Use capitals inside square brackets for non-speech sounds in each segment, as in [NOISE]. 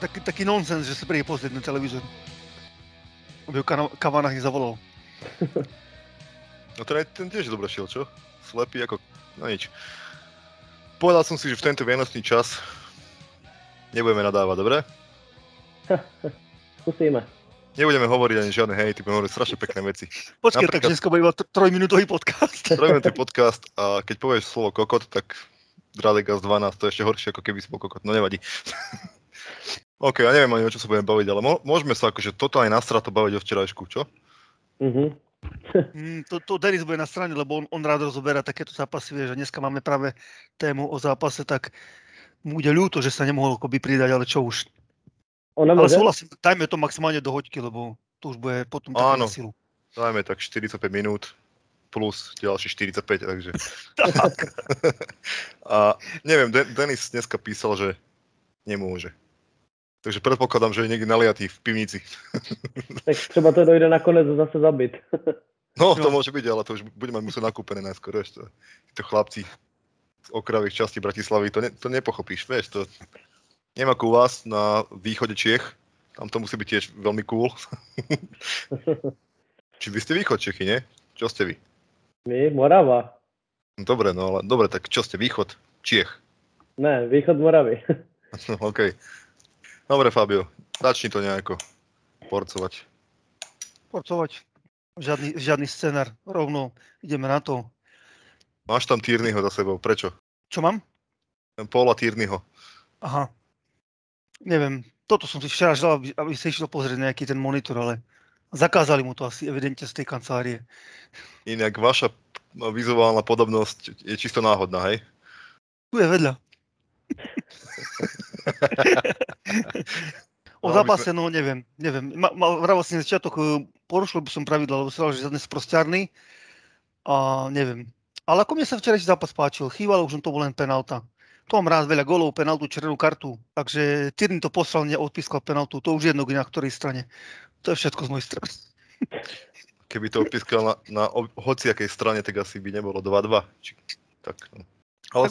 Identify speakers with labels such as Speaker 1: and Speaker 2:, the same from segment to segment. Speaker 1: taký, taký Eh, nonsens, že si príde pozrieť na televízor. Aby ho Kana- Kavanagh nezavolal.
Speaker 2: No teda ten tiež dobre šiel, čo? Slepý ako... No nič. Povedal som si, že v tento vianočný čas nebudeme nadávať, dobre?
Speaker 3: Skúsime.
Speaker 2: Nebudeme hovoriť ani žiadne hejty, budeme hovoriť strašne pekné veci.
Speaker 1: Počkaj, tak
Speaker 2: Napríklad-
Speaker 1: dneska bude iba tr- trojminútový podcast.
Speaker 2: Robíme ten podcast a keď povieš slovo kokot, tak Radega z 12, to je ešte horšie, ako keby si bol kokot, no nevadí. [LAUGHS] OK, ja neviem ani o čo sa budem baviť, ale mo- môžeme sa akože toto aj nasrato baviť o včerajšku, čo?
Speaker 3: Mhm.
Speaker 1: Mm, to, to Denis bude na strane, lebo on, on rád rozoberá takéto zápasy, vieš, a dneska máme práve tému o zápase, tak mu bude ľúto, že sa nemohol akoby pridať, ale čo už.
Speaker 3: Ona
Speaker 1: Ale
Speaker 3: môže?
Speaker 1: súhlasím, dajme to maximálne do hoďky, lebo to už bude potom také
Speaker 2: Áno.
Speaker 1: na silu.
Speaker 2: Dajme tak 45 minút plus ďalšie 45, takže...
Speaker 1: Tak.
Speaker 2: A neviem, De- Denis dneska písal, že nemôže. Takže predpokladám, že je niekde naliatý v pivnici.
Speaker 3: [LAUGHS] Tak třeba to dojde nakonec zase zabit. [LAUGHS]
Speaker 2: No, to
Speaker 1: No.
Speaker 2: môže byť, ale to už bude mať musieť nakúpené najskôr, vieš, to, to chlapci z okravých častí Bratislavy, to, ne, to nepochopíš, vieš, to nemá ako u vás na východe Čiech, tam to musí byť tiež veľmi cool. Či vy ste východ Čechy, nie? Čo ste vy?
Speaker 3: My? Morava.
Speaker 2: No, Dobre, no ale, dobre, tak čo ste východ Čiech?
Speaker 3: Ne, východ
Speaker 1: [LAUGHS]
Speaker 3: Moravy.
Speaker 2: No, [LAUGHS] OK. Dobre, Fabio, začni to nejako porcovať.
Speaker 1: Porcovať. Žiadny, žiadny scenár. Rovno ideme na to.
Speaker 2: Máš tam Týrnyho za sebou, prečo?
Speaker 1: Čo mám?
Speaker 2: Paula Týrnyho.
Speaker 1: Aha. Neviem, toto som si včera želal, aby, aby si išiel pozrieť nejaký ten monitor, ale zakázali mu to asi evidentne z tej kancelárie.
Speaker 2: Inak vaša no, vizuálna podobnosť je čisto náhodná, hej?
Speaker 1: Tu je
Speaker 2: [LAUGHS]
Speaker 1: vedľa. o
Speaker 2: No, my
Speaker 1: zápase, no neviem, neviem. Ma, ma, vravel si na začiatok, eh, porušil by som pravidla, lebo som že žiadne sprostiarny a neviem. Ale ako mne sa včerajší zápas páčil, chýbalo už len to bol len penalta. To mám rád veľa golov, penaltu, červenú kartu. Takže Tyrny to poslal, neodpískal penaltu. To už jedno, kde na ktorej strane. To je všetko z mojej strany.
Speaker 2: Keby to opískal na, na ob- hociakej strane, tak asi by nebolo 2-2. Či, tak, no. Ale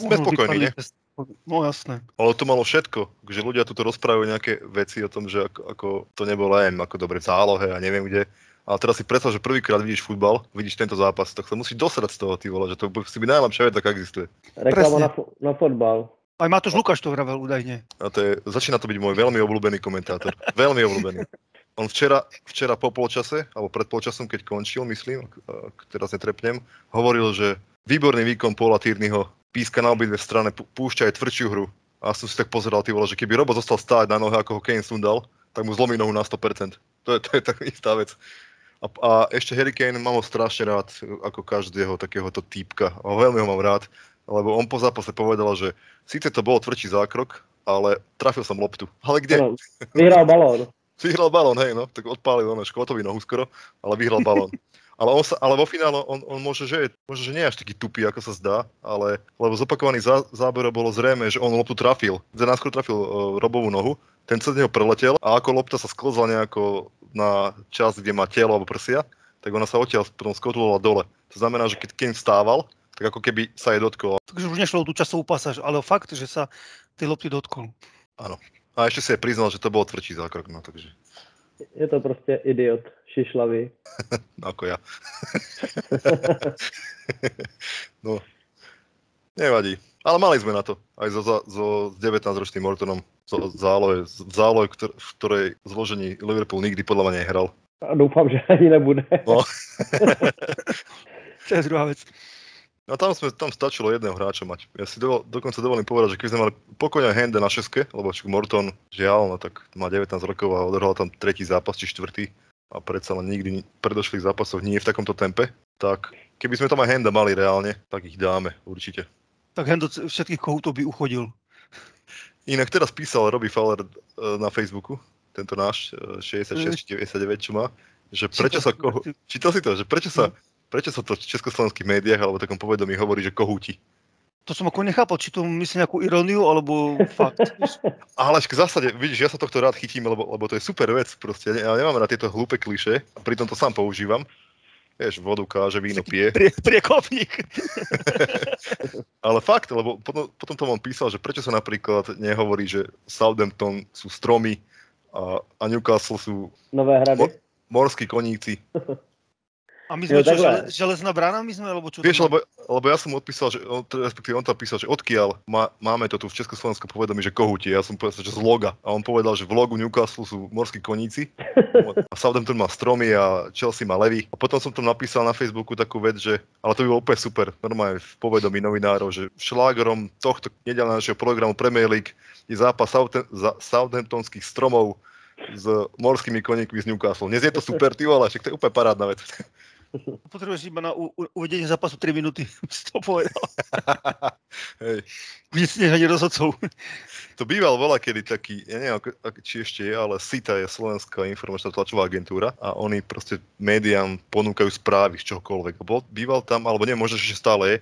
Speaker 1: Tak
Speaker 2: sme
Speaker 1: možno
Speaker 2: spokojní,
Speaker 1: vypadli
Speaker 2: nie?
Speaker 1: bez- No jasné.
Speaker 2: Ale to malo všetko. Že ľudia tu rozprávajú nejaké veci o tom, že ako, ako to nebolo len ako dobre v zálohe a neviem kde. Ale teraz si predstav, že prvýkrát vidíš futbal, vidíš tento zápas, tak sa musíš dosrať z toho, ty vole, že to musí byť najlepšia vec, aká existuje.
Speaker 3: Reklama
Speaker 1: Presne.
Speaker 3: na, fo- na fotbal.
Speaker 1: Aj Matúš
Speaker 2: No.
Speaker 1: Lukáš to vravel údajne.
Speaker 2: A to je, začína to byť môj veľmi obľúbený komentátor. Veľmi obľúbený. On včera, včera po polčase, alebo pred polčasom, keď končil, myslím, ak, ak teraz netrepnem, hovoril, že výborný výkon Paula Týrnyho, píska na obidve strany, pú- púšťa aj tvrdšiu hru. A som si tak pozeral, ty vole, že keby Robo zostal stáť na nohe, ako ho Kane sundal, tak mu zlomí nohu na 100%. To je, to je tak istá vec. A, a ešte Harry Kane mám ho strašne rád, ako každého takéhoto týpka. A veľmi ho mám rád, lebo on po zápase povedal, že síce to bol tvrdší zákrok, ale trafil som loptu. Ale kde?
Speaker 3: Ano, vyhral balón.
Speaker 2: Vyhral balón, hej, no, tak odpálil ono škvotový nohu skoro, ale vyhral balón. Ale, on sa, ale vo finále on, on môže, že, je- môže, že nie je až taký tupý, ako sa zdá, ale lebo z opakovaných zá, záberov bolo zrejme, že on loptu trafil. Za náskôr trafil e, robovú nohu, ten cez neho preletel a ako lopta sa sklzla nejako na časť, kde má telo alebo prsia, tak ona sa odtiaľ potom skotulovala dole. To znamená, že keď Kane vstával, tak ako keby sa jej dotkol.
Speaker 1: Takže už nešlo o tú časovú pasáž, ale o fakt, že sa tej lopty dotkol.
Speaker 2: A ešte si aj priznal, že to bol tvrdší zákrok, no takže
Speaker 3: Je to prostě idiot. Šišlavý.
Speaker 2: ako ja. [LAUGHS] no, nevadí. Ale mali sme na to. Aj so, za- so 19-ročným Mortonom so, v zálohe, v zálohe, ktor- v ktorej zložení Liverpool nikdy podľa mňa nehral.
Speaker 3: A doufám, že ani nebude. [LAUGHS]
Speaker 1: To
Speaker 2: No.
Speaker 1: je druhá vec.
Speaker 2: No tam, sme, tam stačilo jedného hráča mať. Ja si dovol, dokonca dovolím povedať, že keby sme mali pokojne Henda na šeske, lebo však Morton, žiaľ, no tak má 19 rokov a odohral tam tretí zápas či štvrtý a predsa len nikdy ni- v predošlých zápasoch nie v takomto tempe, tak keby sme tam aj Henda mali reálne, tak ich dáme určite.
Speaker 1: Tak Hendo c- všetkých kohútov by uchodil.
Speaker 2: Inak teraz písal Robbie Fowler e, na Facebooku, tento náš e, 6699, čo má, že prečo sa kohu... Čítal si to, že prečo sa, prečo sa to v československých médiách alebo takom povedomí hovorí, že kohúti?
Speaker 1: To som ako nechápal, či to myslí nejakú iróniu, [LAUGHS] alebo fakt.
Speaker 2: Ale v zásade, vidíš, ja sa tohto rád chytím, lebo, lebo to je super vec, proste. Ja, ne- ja nemám rád tieto hlúpe kliše, a pritom to sám používam. vieš, vodu káže, víno pije.
Speaker 1: Prie, priekopník.
Speaker 2: Ale fakt, lebo potom, potom to on písal, že prečo sa napríklad nehovorí, že Southampton sú stromy a, a Newcastle sú
Speaker 3: Nové hrady.
Speaker 2: morskí koníci.
Speaker 1: A my sme
Speaker 3: Jo,
Speaker 1: čo,
Speaker 3: takhle.
Speaker 1: žele, železná brána, my sme, alebo čo?
Speaker 2: Vieš,
Speaker 1: to-
Speaker 2: lebo, lebo ja som mu odpísal, že, on, t- respektíve on tam písal, že odkiaľ má, máme to tu v Československu povedomí, že kohutie. Ja som povedal, že z loga. A on povedal, že v logu Newcastle sú morskí koníci. A Southampton má stromy a Chelsea má levy. A potom som tam napísal na Facebooku takú vec, že ale to by bolo úplne super, normálne v povedomí novinárov, že šlágrom tohto nedelného programu Premier League je zápas Southem- za- Southamptonských stromov s morskými koníkmi z Newcastle. Dnes je to super, ty vole, však to je úplne parádna vec.
Speaker 1: Potrebuješ iba na u, u, uvedenie zápasu 3 minúty. [LAUGHS] Si to povedal.
Speaker 2: [LAUGHS] Hej.
Speaker 1: Vysneš ani rozhodcov. [LAUGHS]
Speaker 2: To býval veľa kedy taký, ja neviem, ako, ako, či ešte je, ale SITA je Slovenská informačná tlačová agentúra a oni proste médiám ponúkajú správy z čohokoľvek. Bol, býval tam, alebo neviem, možno že ešte stále je,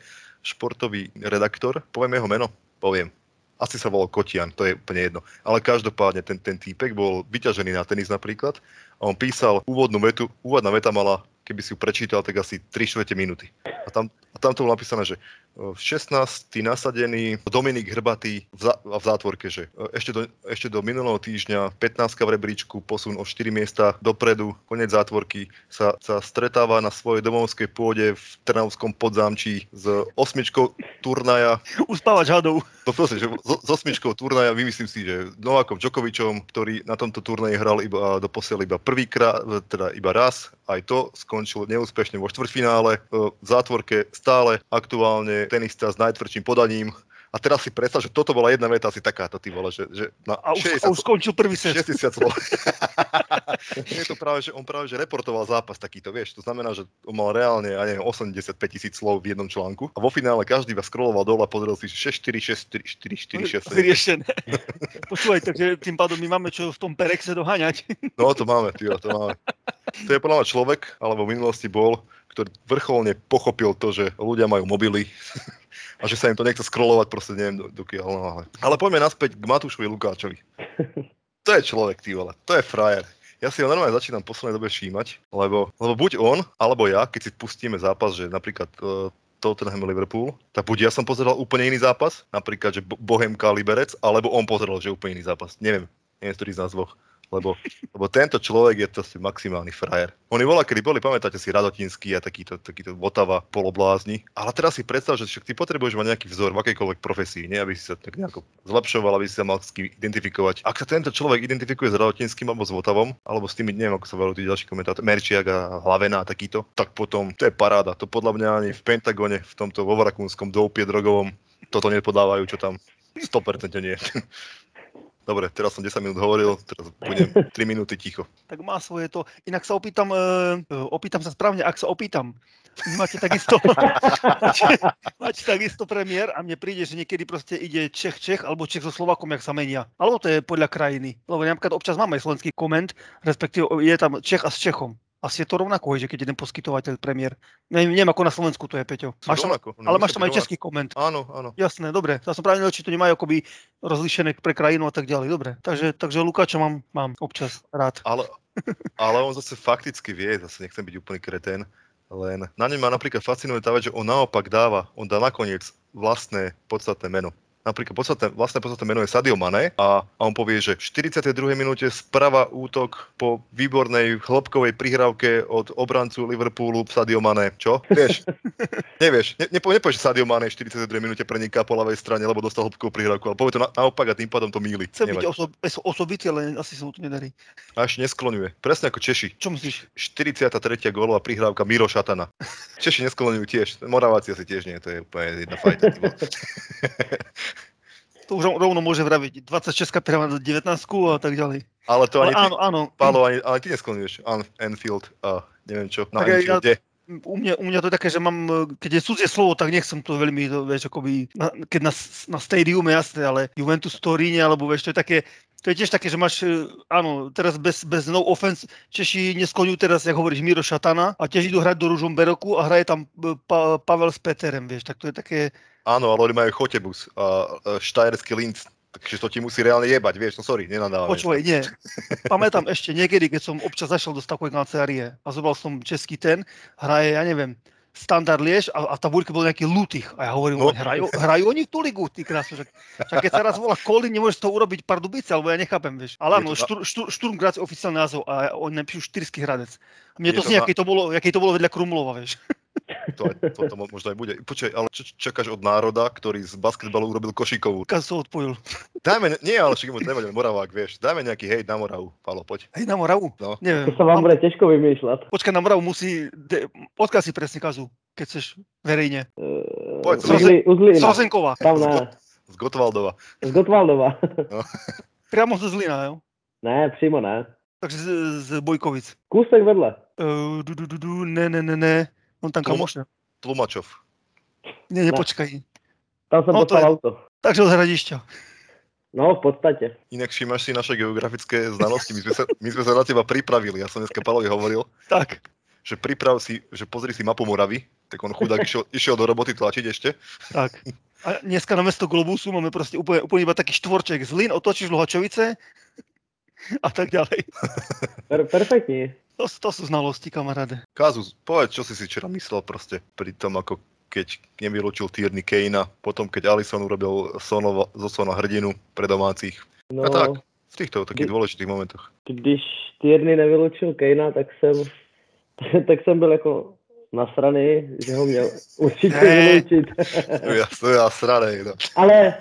Speaker 2: športový redaktor, poviem jeho meno, poviem. Asi sa volal Kotian, to je úplne jedno. Ale každopádne ten, ten týpek bol vyťažený na tenis napríklad a on písal úvodnú vetu, úvodná veta mala, keby si ju prečítal, tak asi 3 čtvrte minúty. A tam, a tam to bolo napísané, že v 16. nasadený Dominik Hrbatý v, zá, v zátvorke, že E, ešte do, ešte do minulého týždňa 15 v rebríčku, posun o 4 miesta dopredu, konec zátvorky, sa, sa stretáva na svojej domovskej pôde v Trnavskom podzámčí s osmičkou turnaja,
Speaker 1: Uspávať hadov.
Speaker 2: to proste, že s, s osmičkou turnaja vymyslím si, že Novákom Džokovičom, ktorý na tomto turnaji hral iba do posiel iba prvýkrát, teda iba raz, aj to skončil neúspešne vo štvrtfinále, E, v zátvorke stále aktuálne tenista s najtvrdším podaním. A teraz si predstav, že toto bola jedna veta asi takáto, ty vole, že, že na
Speaker 1: A už, a
Speaker 2: 60
Speaker 1: už skončil prvý set.
Speaker 2: 60 slov. [LAUGHS] je to práve, že on práve, že reportoval zápas takýto, vieš, to znamená, že on mal reálne, ja neviem, 85 tisíc slov v jednom článku a vo finále každý iba scrolloval dole a pozrel si 6, 4, 6, 4, 4, 4, 6, 7.
Speaker 1: Vyriešené. [LAUGHS] Počúvaj, takže tým pádom my máme čo v tom Perexe doháňať.
Speaker 2: No to máme, tío, to máme. To je podľa mňa človek, alebo v minulosti bol, ktorý vrcholne pochopil to, že ľudia majú mobily [LAUGHS] a že sa im to nechce scrollovať, proste neviem, do- dokiaľ. No, ale. ale poďme naspäť k Matúšovi Lukáčovi. To je človek, ty vole, to je frajer. Ja si ho normálne začínam v poslednej dobe všímať, lebo, lebo buď on, alebo ja, keď si pustíme zápas, že napríklad uh, Tottenham Liverpool, tak buď ja som pozeral úplne iný zápas, napríklad, že Bo- Bohemka Liberec, alebo on pozeral, že úplne iný zápas. Neviem, neviem, ktorý z nás dvoch. Lebo lebo tento človek je proste maximálny frajer. Oni volá, kedy boli, pamätáte si, Radotinský a takýto, takýto Votava poloblázni. Ale teraz si predstav, že však ty potrebuješ mať nejaký vzor v akejkoľvek profesii, nie? aby si sa tak nejako zlepšoval, aby si sa mal s kým identifikovať. Ak sa tento človek identifikuje s Radotinským alebo s Votavom, alebo s tými, neviem, ako sa volajú tí ďalší komentátori, Merčiak a Hlavena a takýto, tak potom to je paráda. To podľa mňa ani v Pentagone, v tomto vo Vrakúnskom doupie drogovom, toto nepodávajú, čo tam 100% nie. [LAUGHS] Dobre, teraz som 10 minút hovoril, teraz budem 3 minúty ticho.
Speaker 1: Tak má svoje to. Inak sa opýtam, e, e, opýtam sa správne, ak sa opýtam. Vy Máte takisto, [LAUGHS] máte, máte takisto premiér a mne príde, že niekedy proste ide Čech Čech alebo Čech so Slovakom, jak sa menia. Alebo to je podľa krajiny. Lebo napríklad občas máme aj slovenský koment, respektíve je tam Čech a s Čechom. Asi je to rovnako, že keď jeden poskytovateľ premiér. Neviem, neviem, ako na Slovensku to je, Peťo.
Speaker 2: Sú
Speaker 1: Máš tam,
Speaker 2: rovnako, no,
Speaker 1: ale
Speaker 2: musia
Speaker 1: máš tam
Speaker 2: byť
Speaker 1: aj český koment.
Speaker 2: rovnako. Áno, áno.
Speaker 1: Jasné, dobre. Ja som práve nevedel, či to nemajú akoby rozlišené pre krajinu a tak ďalej. Dobre, takže, takže Lukáča mám, mám občas rád.
Speaker 2: Ale, ale on zase fakticky vie, zase nechcem byť úplný kretén, len na ňom ma napríklad fascinuje tá vec, že on naopak dáva, on dá nakoniec vlastné podstatné meno. Napríklad podstatné, vlastné podstatné meno je Sadio Mane a, a on povie, že v 42. minúte sprava útok po výbornej chlopkovej prihrávke od obrancu Liverpoolu Sadio Mane. Čo?
Speaker 1: [LAUGHS]
Speaker 2: Vieš? Nevieš. Ne, nepo, nepovieš, že Sadio Mane v 42. minúte preniká po ľavej strane, lebo dostal hĺbkovú prihrávku, ale povie to na, naopak a tým pádom to míli.
Speaker 1: Chce byť oso- es- osobitý, ale asi sa mu to nedarí.
Speaker 2: A ešte neskloňuje. Presne ako Češi.
Speaker 1: Čo myslíš?
Speaker 2: 43. gólová prihrávka Miro Šatana. [LAUGHS] Češi nesklonujú tiež, Moraváci asi tiež nie, to je úplne jedna fajta. ty vole.
Speaker 1: To už rov- rovno môže vraviť. 26 prehráva na 19 a tak ďalej.
Speaker 2: Ale to
Speaker 1: Ale
Speaker 2: ani ty,
Speaker 1: áno, áno.
Speaker 2: Pálo, ani, ale ty neskloňuješ An- Anfield a neviem čo, na
Speaker 1: Tak ja-
Speaker 2: Anfielde.
Speaker 1: U mňa, u mňa to je také, že mám, e, keď je cudzie slovo, tak nechcem to veľmi, to, vieš, akoby, na, keď na, s- na stadiume, jasné, ale Juventus Torine, alebo vieš, to je také, to je tiež také, že máš, e, áno, teraz bez, bez no offense, Češi nesklonňujú teraz, jak hovoríš, Miro Šatana a tiež idú hrať do Ružomberoku a hraje tam e, pa, Pavel s Peterem, vieš, tak to je také,
Speaker 2: Áno, ale oni majú Chotebus a e, Štajerský Linz. Takže to ti musí reálne jebať, vieš, no sorry, nenadávam.
Speaker 1: Počúvaj, nie. Pamätám ešte niekedy, keď som občas zašiel do takej kancelárie a zobral som český ten, hraje, ja neviem, standard Liež a, a v tabulke bol nejaký Lutých. A ja hovorím,
Speaker 2: No.
Speaker 1: no. hrajú, hrajú oni tú ligu, ty krásne. Že, že keď sa raz volá Kolín, nemôžeš to urobiť Pardubice, alebo ja nechápem, vieš. Ale
Speaker 2: Je
Speaker 1: áno,
Speaker 2: to za-
Speaker 1: štur, štur, Šturm Graz je oficiálny názov a oni napíšu Štyrsky Hradec. A mne
Speaker 2: Je
Speaker 1: to
Speaker 2: to
Speaker 1: znie, aký
Speaker 2: za-
Speaker 1: to bolo, aký to bolo vedľa Krumlova, vieš. [LAUGHS]
Speaker 2: To, aj- to, to mo- možno aj bude. Počkaj, ale čo čo čakáš od národa, ktorý z basketbalu urobil košikovú?
Speaker 1: Kaz to odpojil.
Speaker 2: Dajme, nie, ale však mu nevadí, Moravák, vieš, dajme nejaký hejt na Moravu, Palo, poď.
Speaker 1: Hej, na Moravu.
Speaker 2: No.
Speaker 1: Neviem.
Speaker 3: To sa vám
Speaker 1: Mám-
Speaker 3: bude ťažko vymýšľať.
Speaker 1: Počkaj, na Moravu musí... De, odkiaľ si presne Kazu, keď chceš verejne.
Speaker 3: Eh,
Speaker 2: Poď,
Speaker 3: z Uzli- Uzlina.
Speaker 1: Sozenková.
Speaker 3: Tam ne.
Speaker 2: Z Gotwaldova.
Speaker 3: Z Gotwaldova.
Speaker 1: Priamo zo Zlina, jo?
Speaker 3: [LAUGHS] ne, přímo ne.
Speaker 1: Takže z, z Bojkovic.
Speaker 3: Kúsek vedle.
Speaker 1: Uh, du, du, du, du, ne, ne, ne, ne. On tam
Speaker 2: Komu-
Speaker 1: kamoš, ne?
Speaker 2: Tlumačov.
Speaker 1: Nie, nie, počkaj.
Speaker 3: Tam som
Speaker 1: No, to
Speaker 3: poslal
Speaker 1: je-
Speaker 3: auto.
Speaker 1: Takže od hradišťa. [LAUGHS]
Speaker 3: No, v podstate.
Speaker 2: Inak všimáš si naše geografické znalosti, my sme, sa, my sme sa na teba pripravili, ja som dneska Palovi hovoril,
Speaker 1: Tak.
Speaker 2: že priprav si, že pozri si mapu Moravy, tak on chudák išiel, išiel do roboty tlačiť ešte.
Speaker 1: Tak. A dneska na mesto Globusu máme proste úplne, úplne iba taký štvorček. Zlin, otočíš Luhačovice [LAUGHS] a tak ďalej.
Speaker 3: Per- perfektní.
Speaker 1: To, to sú znalosti, kamaráde.
Speaker 2: Kázus, povedz, čo si si včera myslel proste pri tom, ako keď nevylúčil Tierney Kanea, potom keď Alisson urobil Sonova, zo Sona hrdinu pre domácich. A
Speaker 3: No,
Speaker 2: tak. V týchto takých
Speaker 3: Kdy-
Speaker 2: dôležitých momentoch.
Speaker 3: když Tierney nevylučil Kejna, tak jsem, [LAUGHS] tak jsem byl jako nasraný, že ho měl určitě
Speaker 1: Ne.
Speaker 3: vyloučit.
Speaker 2: To ja, to ja sranej, no.
Speaker 3: ale,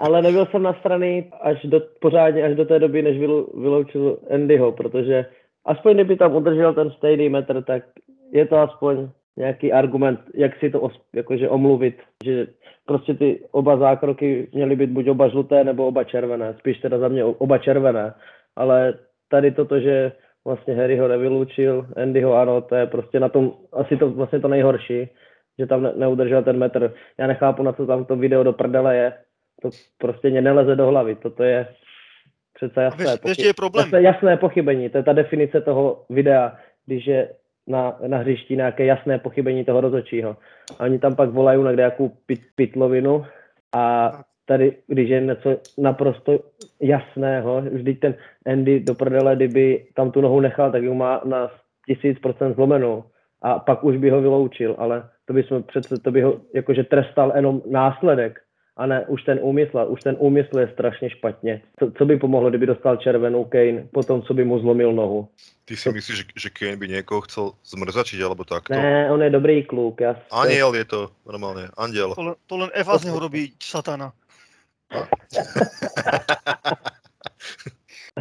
Speaker 3: ale nebyl jsem nasraný až do, pořádně až do té doby, než vylu, vyloučil Andyho, protože aspoň kdyby tam udržel ten stejný metr, tak je to aspoň nějaký argument, jak si to os, jakože omluvit, že prostě ty oba zákroky měly být buď oba žluté nebo oba červené, spíš teda za mě o- oba červené, ale tady toto, že vlastně Harry ho nevyloučil, Andy ho ano, to je prostě na tom asi to vlastně to nejhorší, že tam ne, neudržel ten metr. Já nechápu, na co tam to video do prdele je. To prostě mě neleze do hlavy, toto je přece
Speaker 1: A
Speaker 3: jasné.
Speaker 1: vieš,
Speaker 3: pochy-
Speaker 1: vieš, kde je problém?
Speaker 3: Jasné, jasné pochybení, to je ta definice toho videa, když je na, na hřišti nějaké jasné pochybení toho rozhodčího. A oni tam pak volají na nějakou pit, pitlovinu a tady, když je něco naprosto jasného, vždyť ten Andy do prdele, kdyby tam tu nohu nechal, tak ju má na tisíc procent zlomenou a pak už by ho vyloučil, ale to by jsme přece, to by ho jakože trestal jenom následek a ne už ten úmysl, a už ten úmysl je strašně špatně. Co, co by pomohlo, kdyby dostal červenou Kane po tom, co by mu zlomil nohu?
Speaker 2: Ty si myslíš, že, že Kane by niekoho chcel zmrzačiť alebo takto?
Speaker 3: Ne, on je dobrý kluk, já se-
Speaker 2: Aniel je to normálne, andiel.
Speaker 1: To len, to len Eva z neho robí satana.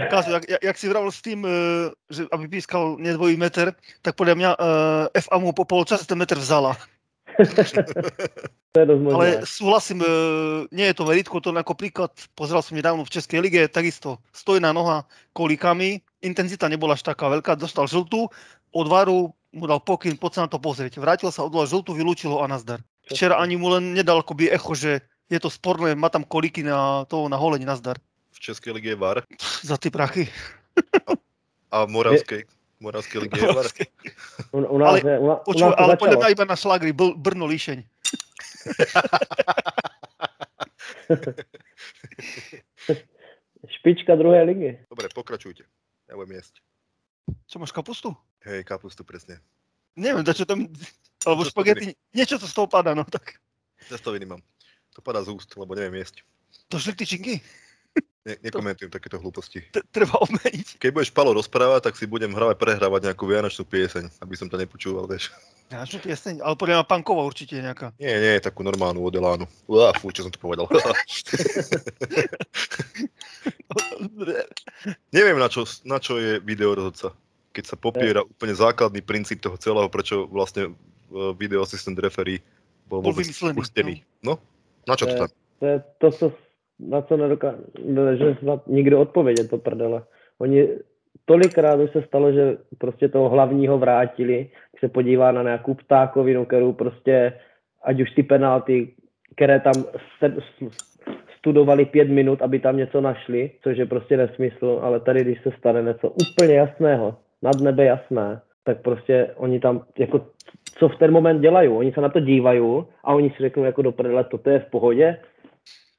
Speaker 1: Kazu, jak, jak, jak si vravil s tým, eh, že aby pískal nedvojí meter, tak podľa mňa eh, FA mu po polčase ten meter vzala.
Speaker 3: to je dost možné.
Speaker 1: Ale súhlasím, eh, nie je to meritko, to len ako príklad, pozeral som nedávno v Českej lige, takisto stojná noha kolíkami, intenzita nebola až taká veľká, dostal žltú, od varu mu dal pokyn, poď sa na to pozrieť. Vrátil sa, odvolal žltú, vylúčilo a nazdar. Včera ani mu len nedal akoby echo, že je to sporné, má tam kolíky na, to, na holeň, nazdar.
Speaker 2: V Českej lige je VAR
Speaker 1: Za ty prachy.
Speaker 2: a v Moravskej, Moravskej lige je VAR.
Speaker 3: U, u nás,
Speaker 1: ale-
Speaker 3: je, u, na- u nás
Speaker 1: Počuj,
Speaker 3: to
Speaker 1: ale
Speaker 3: začalo.
Speaker 1: podľa mňa iba na šlagri, Bl- Brno, Líšeň.
Speaker 3: Špička druhé ligy.
Speaker 2: Dobre, pokračujte. Ja budem jesť.
Speaker 1: Čo máš kapustu?
Speaker 2: Hej, kapustu presne.
Speaker 1: Neviem, čo tam... Alebo
Speaker 2: Čo to
Speaker 1: špagety, niečo to z toho padá, no tak.
Speaker 2: Cestoviny mám. To padá z úst, lebo neviem jesť.
Speaker 1: To žltičinky?
Speaker 2: Ne, nekomentujem takéto hlúposti.
Speaker 1: T- treba obmeniť.
Speaker 2: Keď budeš Palo rozprávať, tak si budem hravať prehrávať nejakú vianočnú pieseň, aby som to nepočúval, vieš.
Speaker 1: Nášu pieseň, ale podľa mňa Pankova určite je nejaká.
Speaker 2: Nie, nie, takú normálnu odelánu. Uá, fú, čo som to povedal. [LAUGHS] Neviem, na čo, na čo je video rozhodca. Keď sa popiera úplne základný princíp toho celého, prečo vlastne e, video assistant referee bol
Speaker 1: Bol
Speaker 2: vôbec
Speaker 1: vymyslený,
Speaker 2: spustený. No, na čo to
Speaker 3: Eh,
Speaker 2: tam?
Speaker 3: To je to, co, na co nedokáže snad nikdo odpovědět, to prdele. Oni tolikrát už se stalo, že prostě toho hlavního vrátili, když se podívá na nějakou ptákovinu, kterou prostě, ať už ty penalty, které tam se- s- studovali pět minut, aby tam něco našli, což je prostě nesmysl, ale tady, když se stane něco úplně jasného, nad nebe jasné, tak prostě oni tam jako co v ten moment dělají. Oni se na to dívají a oni si řeknou jako do prdele, toto je v pohodě,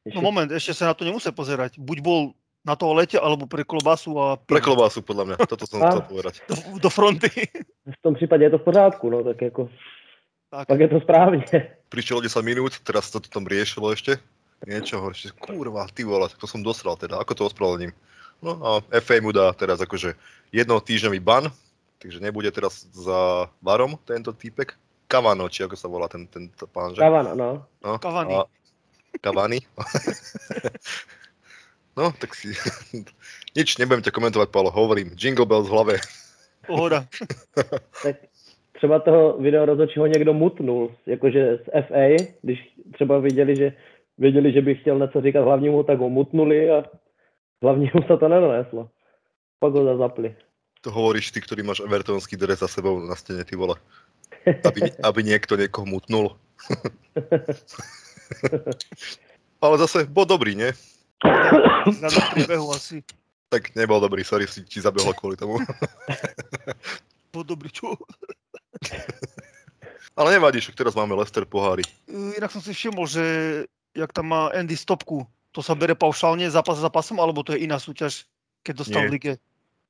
Speaker 1: No moment, ešte sa na to nemusel pozerať. Buď bol na toho lete, alebo pre klobasu a
Speaker 2: Pre klobásu, podľa mňa, toto som
Speaker 3: A?
Speaker 2: chcel povedať.
Speaker 1: do, do fronty.
Speaker 3: V tom případě je to v pořádku, no tak jako,
Speaker 1: Tak.
Speaker 3: pak je to správně.
Speaker 2: Prišlo 10 minút, teraz sa to tam riešilo ešte. Niečo horšie. Kurva, ty vole, tak to som dosral teda, ako to ospravedlním. No a FA mu dá teraz akože jednotýždňový ban, takže nebude teraz za barom tento týpek. Kavano, či ako sa volá ten, ten t- pán, že?
Speaker 3: Kavana, no.
Speaker 2: No,
Speaker 1: Cavani.
Speaker 2: A, Cavani. [LAUGHS] no, tak si... [LAUGHS] Nič, nebudem ťa komentovať, Paolo, hovorím. Jingle bell z hlave.
Speaker 1: Pohoda.
Speaker 3: Tak třeba toho video rozhodčího někdo mutnul, jakože z FA, když třeba viděli, že, věděli, že by chtěl něco říkat hlavnímu, tak ho mutnuli a hlavnímu [LAUGHS] se to nedoneslo. Pak ho zase zapli.
Speaker 2: To hovoríš ty, ktorý máš evertonský dres za sebou na stene, ty vole.
Speaker 1: [LAUGHS]
Speaker 2: Aby, aby niekto niekoho mutnul. [LAUGHS] Ale zase bol dobrý, nie?
Speaker 1: Na do príbehu asi.
Speaker 2: Tak nebol dobrý, sorry, si ti zabehol
Speaker 1: [LAUGHS]
Speaker 2: kvôli tomu.
Speaker 1: Bol dobrý, čo?
Speaker 2: Ale nevadí, však teraz máme Lester pohári.
Speaker 1: Uh, Inak som si všimol, že jak tam má Andy stopku, to sa bere paušálne zápas za zápasom, alebo to je iná súťaž, keď dostal
Speaker 2: Nie.
Speaker 1: v lige?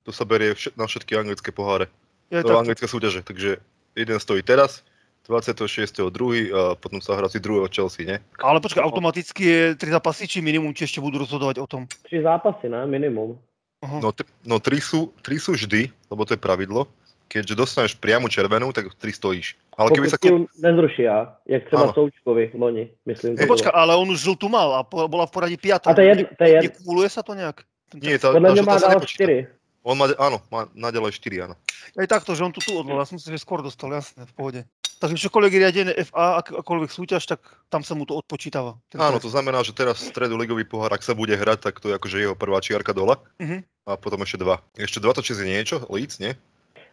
Speaker 2: To sa berie všet, na všetky anglické poháre.
Speaker 1: Je
Speaker 2: To je
Speaker 1: tak,
Speaker 2: anglická súťaže, takže jeden stojí teraz, 26.2. a potom sa hrá si druhého Chelsea, ne?
Speaker 1: ale počkaj, automaticky je tri zápasy, či minimum, či ešte budú rozhodovať o tom.
Speaker 3: Tři zápasy, ne? Minimum.
Speaker 1: Aha.
Speaker 2: No, t- no tri, sú, tri sú vždy, lebo to je pravidlo. Keďže dostaneš priamu červenú, tak tri stojíš. Ale
Speaker 3: Pokud
Speaker 2: keby sa... Klub...
Speaker 3: tím nezruší já, jak třeba
Speaker 2: Ano.
Speaker 3: Součkovi loni, myslím. to
Speaker 1: No
Speaker 3: bylo.
Speaker 1: počkaj, ale on už žltú mal a po, bola v poradí piata.
Speaker 3: A to je jedno, to je jedno.
Speaker 1: Nekumuluje sa to nejak?
Speaker 2: Nie, tá,
Speaker 3: Podle
Speaker 2: tá
Speaker 3: mě
Speaker 2: žltá
Speaker 3: má
Speaker 2: sa
Speaker 3: dál
Speaker 2: nepočíta.
Speaker 3: 4.
Speaker 2: On má, áno, má naďalej 4, áno.
Speaker 1: Aj takto, že on tu tu odlal, ja som si že skôr dostal, jasné, v pohode. Takže čokoľvek je riadené FA, ak- akoľvek súťaž, tak tam sa mu to odpočítava. Ten
Speaker 2: Áno,
Speaker 1: trest.
Speaker 2: to znamená, že teraz v stredu ligový pohár, ak sa bude hrať, tak to je akože jeho prvá čiarka dole
Speaker 1: Mhm.
Speaker 2: a potom ešte dva. Ešte 26 je niečo, Leeds, nie?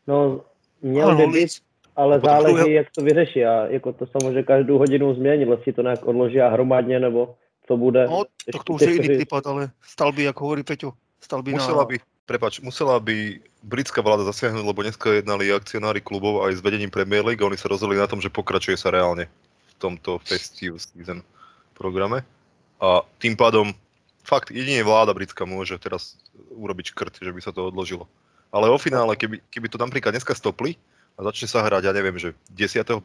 Speaker 3: No,
Speaker 1: Áno,
Speaker 3: měl by být,
Speaker 1: Leeds.
Speaker 3: ale
Speaker 2: Potom
Speaker 3: záleží,
Speaker 2: druhého-
Speaker 3: jak to vyřeší. A jako to samozřejmě každou hodinu změnit, jestli to nějak odloží a hromadně, nebo co bude.
Speaker 1: No, tak to už
Speaker 3: Těch-
Speaker 1: je
Speaker 3: těch-
Speaker 1: iný prípad, ale stal by, ako hovorí Peťo, stal by
Speaker 2: Musela
Speaker 1: na...
Speaker 2: by, prepač, musela by britská vláda zasiahnuť, lebo dneska jednali akcionári klubov aj s vedením Premier League a oni sa rozhodli na tom, že pokračuje sa reálne v tomto festive season programe. A tým pádom, fakt, jedine vláda britská môže teraz urobiť škrt, že by sa to odložilo. Ale o finále, keby, keby to napríklad dneska stopli a začne sa hrať, ja neviem, že 10.1.,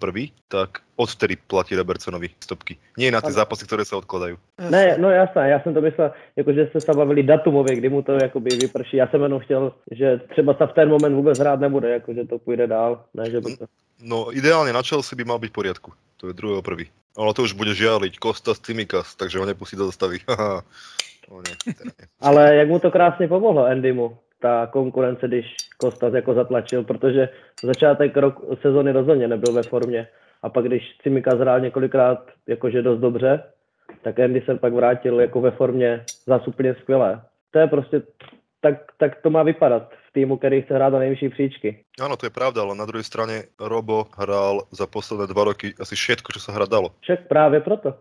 Speaker 2: tak odvtedy platí Robertsonovi stopky. Nie na tie
Speaker 3: Áno.
Speaker 2: zápasy, ktoré sa odkladajú.
Speaker 3: Ne, no jasné, já jsem to myslel, jako, že jste se bavili datumově, kdy mu to jakoby vyprší. Já jsem jenom chtěl, že třeba se v ten moment vůbec hrát nebude, jako, že to půjde dál. Ne, že by to...
Speaker 2: No ideálne na Chelsea by mal byť v poriadku. To je druhého prvý. Ale to už bude žialiť Kostas Timikas, takže ho nepustí do zastavy. [LAUGHS] Haha. o nie, teda nie.
Speaker 3: Ale jak mu to krásně pomohlo Andymu, ta konkurence, když Kostas jako zatlačil, protože začátek rok, sezony rozhodně nebyl ve formě. A pak, když Cimika zhrál několikrát jakože dost dobře, tak Andy se pak vrátil jako ve formě zás úplně skvělé. To je prostě, tak, tak to má vypadat v týmu, který chce hrát na nejvyšší příčky.
Speaker 2: Áno, to je pravda, ale na druhej strane Robo hral za posledné dva roky asi všetko, čo sa hra dalo.
Speaker 3: Však právě proto.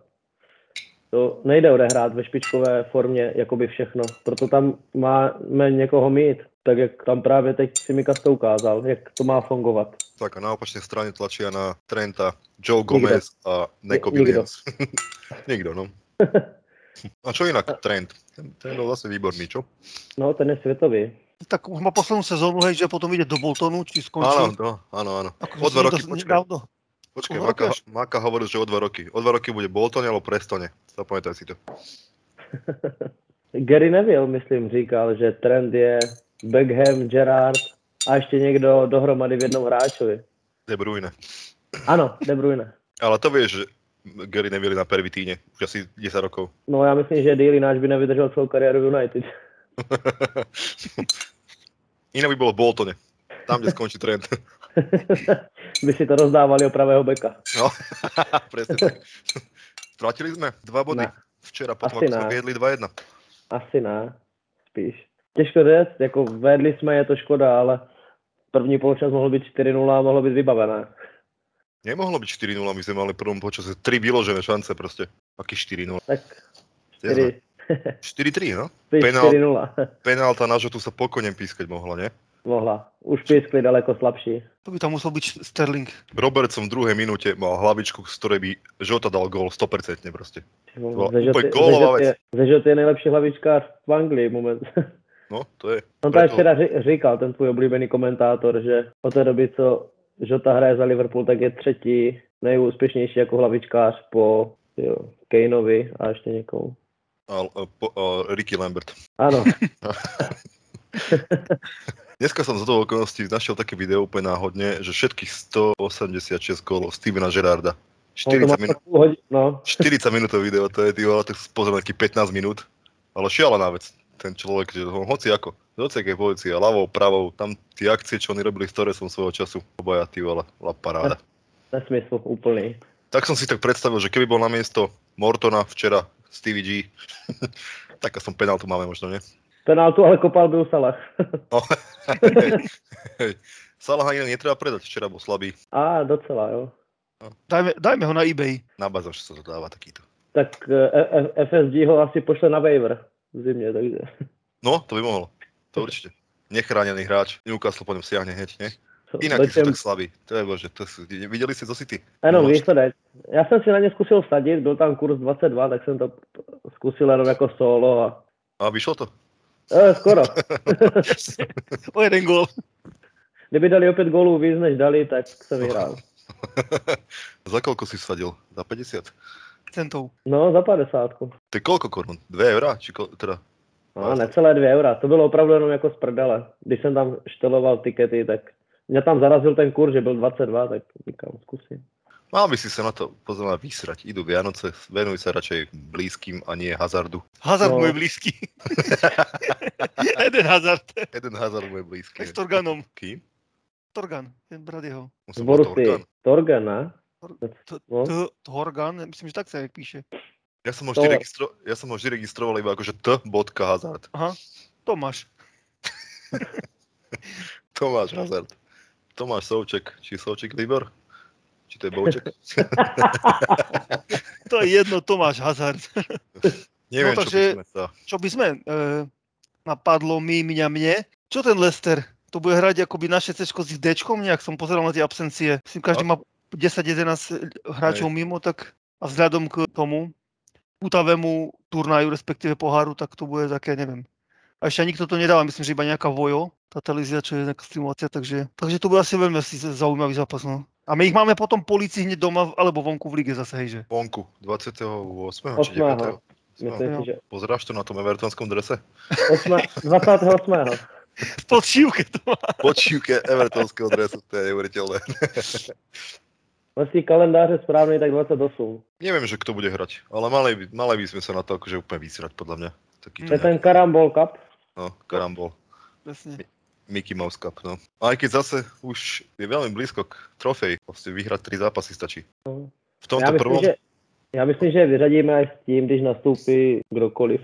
Speaker 3: To nejde odehrát ve špičkové formě jakoby všechno, proto tam máme někoho mít, tak jak tam právě teď Simikas to ukázal, jak to má fungovat.
Speaker 2: Tak a na opačnej strane tlačia na Trenta, Joe
Speaker 3: Nikto.
Speaker 2: Gomez a Neko
Speaker 3: Ni- nikto.
Speaker 2: Williams. [LAUGHS] Nikto, no. A čo inak Trent? Ten, ten bol zase výborný, čo?
Speaker 3: No, ten je světový.
Speaker 1: Tak už má poslednú sezónu, hej, že potom ide do Boltonu, či
Speaker 2: Áno,
Speaker 1: skončí.
Speaker 2: no, áno, áno.
Speaker 1: Akože
Speaker 2: O dva
Speaker 1: som
Speaker 2: roky,
Speaker 1: nedos-
Speaker 2: počkaj.
Speaker 1: nedávno.
Speaker 2: Počkaj,
Speaker 1: O dva roky
Speaker 2: Maka,
Speaker 1: až?
Speaker 2: Maka hovoril, že o dva roky. O dva roky bude Bolton alebo Prestone. Zapamätaj si to.
Speaker 3: Gary Neville, myslím, říkal, že trend je Beckham, Gerrard a ještě někdo dohromady v jednom hráčovi.
Speaker 2: De Bruyne.
Speaker 3: Ano, De Bruyne.
Speaker 2: Ale to vieš, že Gary Neville na pervitíne už asi 10 rokov.
Speaker 3: No, já myslím, že Daily náš by nevydržel celou kariéru v United. [LAUGHS]
Speaker 2: Iné by bolo v Boltone. Tam, kde skončí
Speaker 3: [LAUGHS]
Speaker 2: trend.
Speaker 3: by si to rozdávali o pravého beka.
Speaker 2: No, presne tak. Stratili sme dva body.
Speaker 3: Ne.
Speaker 2: Včera potom,
Speaker 3: Asi
Speaker 2: ako sme
Speaker 3: ne.
Speaker 2: viedli 2-1.
Speaker 3: Asi ne, spíš. Těžko říct, jako vedli jsme, je to škoda, ale první poločas mohlo být 4-0 a mohlo být vybavené.
Speaker 2: Nemohlo byť 4-0, my sme mali v prvom počase 3 vyložené šance proste. Aký 4-0?
Speaker 3: Tak
Speaker 2: Kde sme?
Speaker 3: 4,
Speaker 2: 4-3, no?
Speaker 3: spíš
Speaker 2: Penál.
Speaker 3: 4-0.
Speaker 2: Penálta na žotu sa pokonem pískať mohla, ne?
Speaker 3: [LAUGHS] Mohla. Už pískli daleko slabší.
Speaker 1: To by tam musel byť Sterling.
Speaker 2: Robertson v druhej minúte mal hlavičku, z ktorej by Žota dal gól 100% proste. bola
Speaker 3: Ze
Speaker 2: úplne
Speaker 3: Žoty-
Speaker 2: gólová
Speaker 3: Ze Žoty je- Ze Žoty je nejlepší hlavičkář v Anglii moment. [LAUGHS]
Speaker 2: No, to je.
Speaker 3: On to
Speaker 2: Preto-
Speaker 3: až teda ři- říkal, ten tvůj oblíbený komentátor, že od té doby, co Žota hraje za Liverpool, tak je třetí nejúspěšnější jako hlavičkář po jo, Kaneovi a ještě někomu.
Speaker 2: A, a, eh, po- a, Ricky Lambert.
Speaker 3: Ano,
Speaker 2: Dneska som za to okolností našiel také video úplne náhodne, že všetkých 186 gólov Stevena Gerarda.
Speaker 3: on No, to má
Speaker 2: 40, minút,
Speaker 3: takovou hodinu, no.
Speaker 2: 40 minútové video, to je ty vole, tak pozriem taký 15 minút. Ale šialená vec, ten človek, že ho hoci ako, z hociakej pozície, ľavou, pravou, tam tie akcie, čo oni robili s Torresom svojho času, obaja ty vole, la paráda.
Speaker 3: Nesmysl úplný.
Speaker 2: Tak som si tak predstavil, že keby bol na miesto Mortona včera Stevie G, [LAUGHS] taká som penáltu máme možno, nie?
Speaker 3: Penáltu ale kopal byl Salah.
Speaker 2: No. Salah ani netreba predať, včera bol slabý,
Speaker 3: A docela, jo.
Speaker 1: Dajme, dajme ho na eBay.
Speaker 2: na bazaš sa to dáva takýto.
Speaker 3: Tak eh, F- F- FSG ho asi pošle na waiver v zimě, takže.
Speaker 2: No, to by mohol. To určite. Nechránený hráč. Newcastle po ňom siahne hneď, ne? Inak sú
Speaker 3: Zatím-
Speaker 2: tak slabí. To je bože. To sú, videli ste zo City?
Speaker 3: Jenom
Speaker 2: No,
Speaker 3: výsledek. Já jsem si na ně zkusil vsadit, byl tam kurz 22, tak jsem to p- zkusil jenom jako solo a
Speaker 2: A vyšlo to?
Speaker 3: e,
Speaker 2: [LAUGHS]
Speaker 3: skoro.
Speaker 1: O jeden gól.
Speaker 3: Kdyby dali opět gólů víc, než dali, tak jsem vyhrál.
Speaker 2: za koľko si vsadil? Za 50?
Speaker 1: Centov.
Speaker 3: No, za 50.
Speaker 2: To je koľko korun? 2 eurá? Či ko, teda,
Speaker 3: No, necelé 2 eura. To bylo opravdu jenom jako z prdele. Když jsem tam šteloval tikety, tak mě tam zarazil ten kurz, že byl 22, tak říkám, zkusím.
Speaker 2: mal by si sa na to pozrieť vysrať. Idú Vianoce, venuj sa radšej blízkym a nie hazardu. [LAUGHS]
Speaker 1: Hazard
Speaker 3: No.
Speaker 1: môj blízky. Jeden Hazard.
Speaker 2: Jeden hazard bude blízky.
Speaker 1: Aj s Torganom.
Speaker 2: Kým?
Speaker 1: Torgan. Ten brat jeho.
Speaker 2: Musím
Speaker 3: Z
Speaker 2: bol
Speaker 3: Borusy.
Speaker 2: Torgan.
Speaker 3: Torgana. No.
Speaker 1: T- Torgan. Myslím, že tak sa píše.
Speaker 2: Ja som ho
Speaker 3: To-
Speaker 2: vždy, registro- ja som ho vždy registroval iba akože t.hazard.
Speaker 1: Tomáš.
Speaker 2: Tomáš Hazard. Tomáš Souček. Či Souček Libor? Či to je
Speaker 3: [LAUGHS]
Speaker 2: Bouček?
Speaker 1: To je jedno, Tomáš Hazard.
Speaker 2: Neviem,
Speaker 1: No,
Speaker 2: no,
Speaker 1: takže-
Speaker 2: takže... čo by sme sa...
Speaker 1: Čo by sme? E, napadlo mi, mňa, mne. Čo ten Lester? To bude hrať akoby naše C s ich D, nejak som pozeral na tie absencie. Myslím, každý má 10-11 hráčov mimo, tak a vzhľadom k tomu putavému turnaju, respektíve poháru, tak to bude také, neviem. A ešte nikto to nedáva, myslím, že iba nejaká Vojo, tá televízia, čo je nejaká stimulácia, takže, takže to bude asi veľmi asi zaujímavý zápas. No. A my ich máme potom po lici hneď doma alebo vonku v lige zase, hej, že?
Speaker 2: Vonku, 28. či
Speaker 3: 8.
Speaker 2: 9.
Speaker 1: no.
Speaker 3: Myslím si, že
Speaker 2: Pozráš to na tom evertonskom drese?
Speaker 3: 8, 28.
Speaker 1: V podšívke to má.
Speaker 2: Počívke evertonského dresu, to je neuveriteľné.
Speaker 3: Vlastní kalendář je správný, tak 28.
Speaker 2: Neviem, že kto bude hrať, ale mali by, mali by sme sa na to akože úplne vysrať, podľa mňa. Taký
Speaker 1: Mm.
Speaker 3: To je
Speaker 2: ten,
Speaker 3: ten Karambol Cup.
Speaker 2: no, karambol.
Speaker 1: Presne.
Speaker 2: Mickey Mouse Cup, no. A aj keď zase už je veľmi blízko k trofej, vlastne vyhrať tri zápasy stačí.
Speaker 3: No.
Speaker 2: V tomto
Speaker 3: Já myslím,
Speaker 2: prvom,
Speaker 3: že, já myslím, že je vyřadíme až s tím, když nastoupí kdokoliv.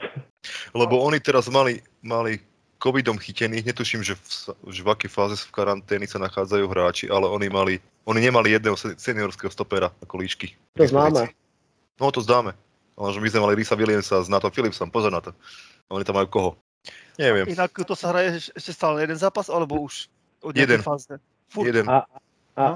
Speaker 2: lebo oni teraz mali, mali covidom chytených, netuším, že v, sa- že v akej fáze v karantény sa nachádzajú hráči, ale oni mali, oni nemali jedného se- seniorského stopera ako líčky.
Speaker 3: To známe.
Speaker 2: No to zdáme. Ale že my sme mali Risa Williamsa s Nato Philipsom, pozor na to. A oni tam majú koho? Neviem.
Speaker 1: Inak to sa hraje eš- ešte stále jeden zápas, alebo už od
Speaker 2: Jeden.
Speaker 1: nejakej fáze? Furt.
Speaker 2: Jeden,
Speaker 3: A, a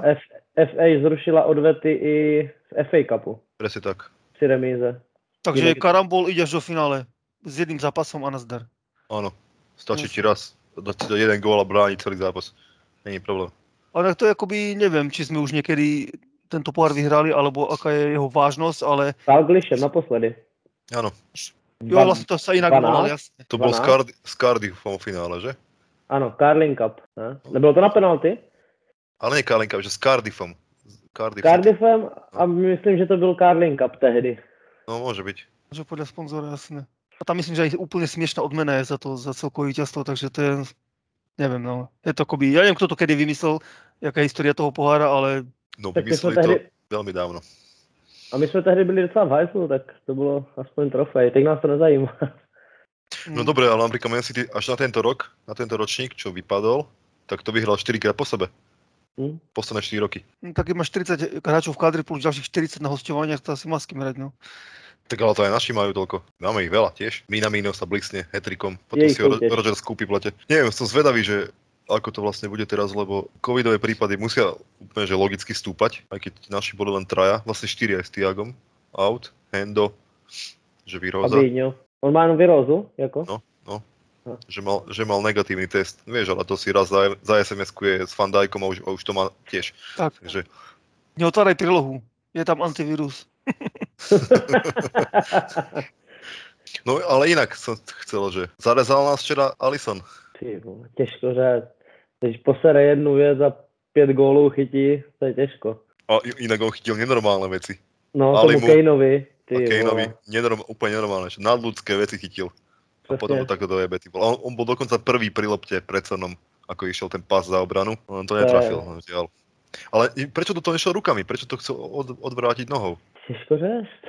Speaker 1: No.
Speaker 3: F, FA zrušila odvety i z FA Cupu
Speaker 2: presne tak.
Speaker 3: při remíze.
Speaker 1: Takže
Speaker 3: Inak-
Speaker 1: karambol ideš do finále s jedným zápasom a nazdar.
Speaker 2: Áno. Stačí ti raz dať do jeden gól a brániť celý zápas. Není problém.
Speaker 1: Ale to je akoby, neviem, či sme už niekedy tento pohár vyhrali, alebo aká je jeho vážnosť, ale
Speaker 3: S Alglišem naposledy.
Speaker 2: Áno.
Speaker 1: jo,
Speaker 3: Ban-
Speaker 1: vlastne to sa inak
Speaker 3: Banán?
Speaker 1: volalo, jasne.
Speaker 2: To bol z,
Speaker 3: Dvanáct?
Speaker 2: Card- z Cardiffu v finále, že?
Speaker 3: Ano, Carling Cup. Ne? Nebylo to na penalty?
Speaker 2: Ale nie Kalinka, že s Cardiffom. S Cardiffom.
Speaker 3: Cardiffem a myslím, že to byl Carling Cup tehdy.
Speaker 2: No môže byť.
Speaker 1: Že podľa sponzora, jasne. A tam myslím, že aj úplne smiešná odmena je za to, za celkové víťazstvo, takže to je, neviem, no. Je to akoby, ja neviem, kto to kedy vymyslel, jaká je história toho pohára, ale
Speaker 2: No
Speaker 3: Tak my jsme
Speaker 2: vymysleli to
Speaker 3: tehdy,
Speaker 2: veľmi dávno.
Speaker 3: a my jsme tehdy byli docela v hajzlu, tak to bylo aspoň trofej. Teď nás to nezajímá.
Speaker 2: No
Speaker 1: mm,
Speaker 2: dobre, ale napríklad Man City až na tento rok, na tento ročník, čo vypadol, tak to vyhral 4 krát po sebe.
Speaker 3: Hm?
Speaker 2: Posledné 4 roky.
Speaker 1: hm, tak keď máš 40 hráčov v kadri plus ďalších 40 na hostovaniach, to asi má s kým hrať, no.
Speaker 2: Tak ale to aj naši majú toľko. Máme ich veľa tiež. Mina Mino sa blísne hetrikom. Potom
Speaker 3: Je ich
Speaker 2: si ho
Speaker 3: koľko?
Speaker 2: Ro- Rogers kúpi plate. Neviem, som zvedavý, že ako to vlastne bude teraz, lebo covidové prípady musia úplne že logicky stúpať, aj keď naši boli len traja, vlastne štyria aj s Tiagom, out, Hendo, že
Speaker 3: A
Speaker 2: výroza,
Speaker 3: Bíňo. On má jenom virózu, jako?
Speaker 2: No. že mal, že mal negatívny test, vieš, ale to si raz za, za SMS-ku je s Fandajkom a už, a už to má tiež,
Speaker 1: Tak,
Speaker 2: takže
Speaker 1: neotváraj prílohu, je tam antivírus.
Speaker 2: No ale inak som chcel, že zarezal nás včera Alison.
Speaker 3: [LAUGHS] Ty vole, těžko říct. Když posere jednu věc a pět gólů chytí, to je těžko.
Speaker 2: A i- inak on chytil nenormálne veci.
Speaker 3: No,
Speaker 2: Ale
Speaker 3: tomu
Speaker 2: mu-
Speaker 3: Kejnovi. Ty
Speaker 2: a Kaneovi
Speaker 3: vole,
Speaker 2: nenorm, úplne nenormálne, že nadľudské veci chytil. A
Speaker 3: přesně.
Speaker 2: potom mu takto dojebe. ty vole. A On, on bol dokonca prvý pri lopte pred Sonom, ako išiel ten pas za obranu. On to netrafil. No, žiaľ. Ale i- prečo to nešiel rukami? Prečo to chcel od, odvrátiť nohou?
Speaker 3: Těžko říct.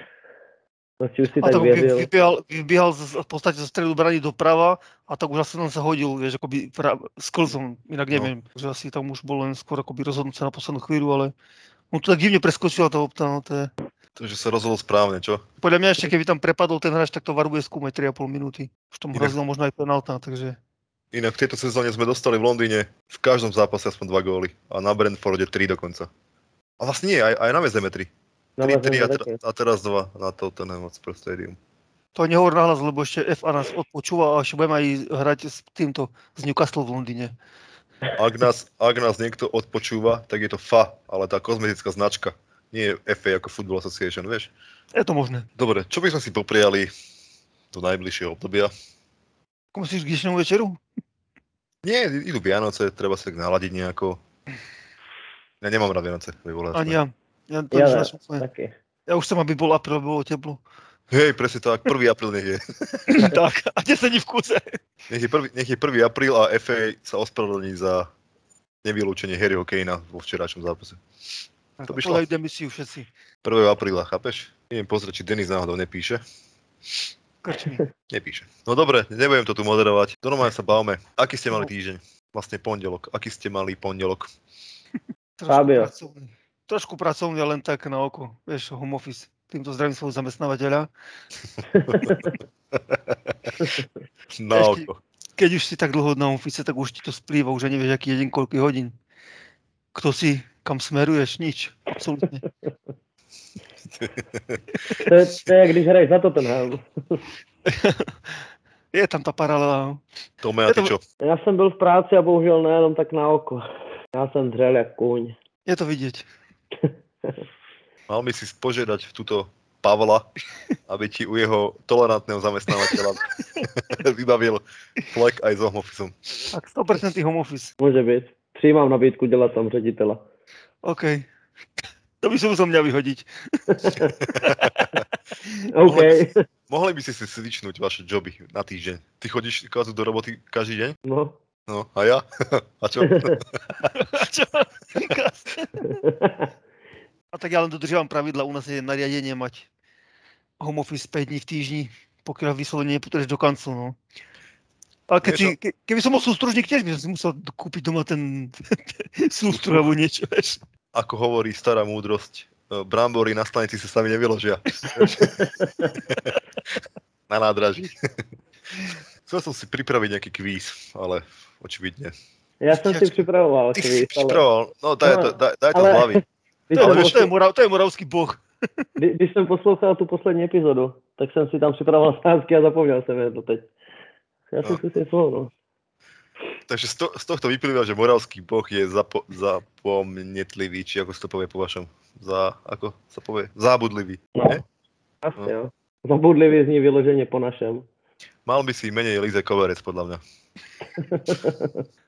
Speaker 3: No, či už si
Speaker 1: A tak
Speaker 3: tak
Speaker 1: on vy-
Speaker 3: věřil.
Speaker 1: vybíhal, vybíhal z, v podstate zo stredu brany doprava a tak už asi len sa hodil, vieš, akoby pra, s klzom, inak
Speaker 2: No.
Speaker 1: neviem, že asi tam už bol len skôr akoby rozhodnúť sa na poslednú chvíľu, ale on to tak divne preskočila tá lopta, no to je...
Speaker 2: Takže sa rozhodol správne, čo?
Speaker 1: Podľa mňa ešte, keby tam prepadol ten hráč, tak to VAR bude skúmať 3,5 minúty. Už tomu
Speaker 2: Inak-
Speaker 1: hrozilo možno aj penálta, takže...
Speaker 2: Inak v tejto sezóne sme dostali v Londýne v každom zápase aspoň dva góly. A na Brentforde tri dokonca. A vlastne nie, aj, aj na Vezeme tri.
Speaker 3: Na
Speaker 2: 3, 3 a,
Speaker 3: Mazembe
Speaker 2: ter-
Speaker 3: No, taky.
Speaker 2: a teraz 2 na Tottenham Hotspur Stadium.
Speaker 1: To nehovor nahlas, lebo ešte FA nás odpočúva a ešte budeme aj hrať s týmto z Newcastle v Londýne.
Speaker 2: Ak nás, ak nás niekto odpočúva, tak je to FA, ale tá kozmetická značka. Nie je FA ako Football Association, vieš?
Speaker 1: Je to možné.
Speaker 2: Dobre, čo by sme si popriali do najbližšieho obdobia?
Speaker 1: Ako myslíš k dnešnému večeru?
Speaker 2: Nie, idú Vianoce, treba sa tak naladiť nejako. Ja nemám rád Vianoce, vy vole.
Speaker 1: Ani ja. Ja, to
Speaker 3: Ja
Speaker 1: už
Speaker 3: ne.
Speaker 1: načnem svoje.
Speaker 3: Taky.
Speaker 1: ja už chcem, aby bol apríl, aby bolo teplo.
Speaker 2: [LAUGHS] Hej, presne tak, 1. apríl nech je.
Speaker 1: tak, a 10 dní v kuse.
Speaker 2: Nech je, 1, nech je 1. apríl a FA sa ospravedlní za nevylúčenie Harryho Kanea vo včerajšom zápase. To by šlo.
Speaker 1: Podajú demisiu všetci.
Speaker 2: 1. apríla, chápeš? Idem pozrieť, či Denis náhodou nepíše. [LAUGHS]
Speaker 1: Krčmi.
Speaker 2: Nepíše. No dobre, nebudem to tu moderovať. To normálne sa bavme. Aký ste
Speaker 1: No.
Speaker 2: mali týždeň? Vlastne pondelok. Aký ste mali pondelok?
Speaker 1: Trošku
Speaker 3: Fabio.
Speaker 1: pracovný. Trošku pracovný, ale len tak na oko. Vieš, home office. Týmto zdravím svojho zamestnávateľa.
Speaker 2: Na
Speaker 1: Ešte-
Speaker 2: oko.
Speaker 1: Keď už si tak dlho na office, tak už ti to splýva. Už ani nevieš, aký je deň, koľko hodín. Kto si, kam smeruješ, nič.
Speaker 2: [LAUGHS]
Speaker 1: Absolutne.
Speaker 3: To je, to je, jak když hraješ za Tottenham.
Speaker 1: Je tam tá paralela. no.
Speaker 2: Tome, a ty
Speaker 1: Je to-
Speaker 2: čo?
Speaker 3: Já jsem byl v práci a bohužel nejenom tak na oko. Já jsem dřel jak kůň.
Speaker 1: Je to vidieť.
Speaker 2: Mal by si spožiadať túto Pavla, aby ti u jeho tolerantného
Speaker 1: [LAUGHS]
Speaker 2: zamestnávateľa vybavil flek aj s home officeom.
Speaker 1: Tak 100% home office.
Speaker 3: Může být. Přijímám nabídku dělat tam ředitela.
Speaker 1: OK. [LAUGHS] To by som musel mňa vyhodiť.
Speaker 3: OK.
Speaker 2: Mohli by si si cvičnúť vaše joby na týždeň. Ty chodíš kvázu do roboty každý deň?
Speaker 3: [LAUGHS] No.
Speaker 2: No, a ja? [LAUGHS] A čo?
Speaker 1: Čo? Krásne. [LAUGHS] A tak ja len dodržiavam pravidla. U nás je nariadenie mať home office 5 dní v týždni, pokiaľ vyslovene nepotrebuješ do kanclu. No. Ale keď
Speaker 2: Vieš,
Speaker 1: si, ke, keby som bol sústružník, tiež by som si musel kúpiť doma ten [LAUGHS] sústruh alebo niečo. Vieš.
Speaker 2: Ako hovorí stará múdrosť, e, brambory na stanici sa sami
Speaker 3: [LAUGHS]
Speaker 2: nevyložia. na nádraží. Chcel som si pripraviť nejaký kvíz, ale očividne.
Speaker 3: Já jsem si
Speaker 1: Počkej.
Speaker 3: připravoval
Speaker 2: Ty
Speaker 3: kvíz,
Speaker 2: si
Speaker 3: ale
Speaker 2: pripravoval, no daj to, daj, daj to
Speaker 3: Ale-
Speaker 2: z hlavy.
Speaker 3: když
Speaker 1: To, je,
Speaker 3: jsem,
Speaker 2: Ale
Speaker 1: to,
Speaker 2: vieš,
Speaker 1: je,
Speaker 3: posl-
Speaker 1: morav, to je moravský boh.
Speaker 3: kdy- když jsem poslouchal tu poslední epizodu, tak jsem si tam připravoval sázky a zapomněl jsem je to teď. Já jsem
Speaker 2: No.
Speaker 3: si typoval, no.
Speaker 2: Takže z, to, z tohto vyplýva, že moravský boh je zapo, zapomnetlivý, či ako sa to povie po vašom, za, ako sa povie, zábudlivý.
Speaker 3: No,
Speaker 2: Ne?
Speaker 3: asi
Speaker 2: No.
Speaker 3: jo. Zabudlivě zní vyloženě po našem.
Speaker 2: Mal by si menej Lize Koverec, podľa mňa.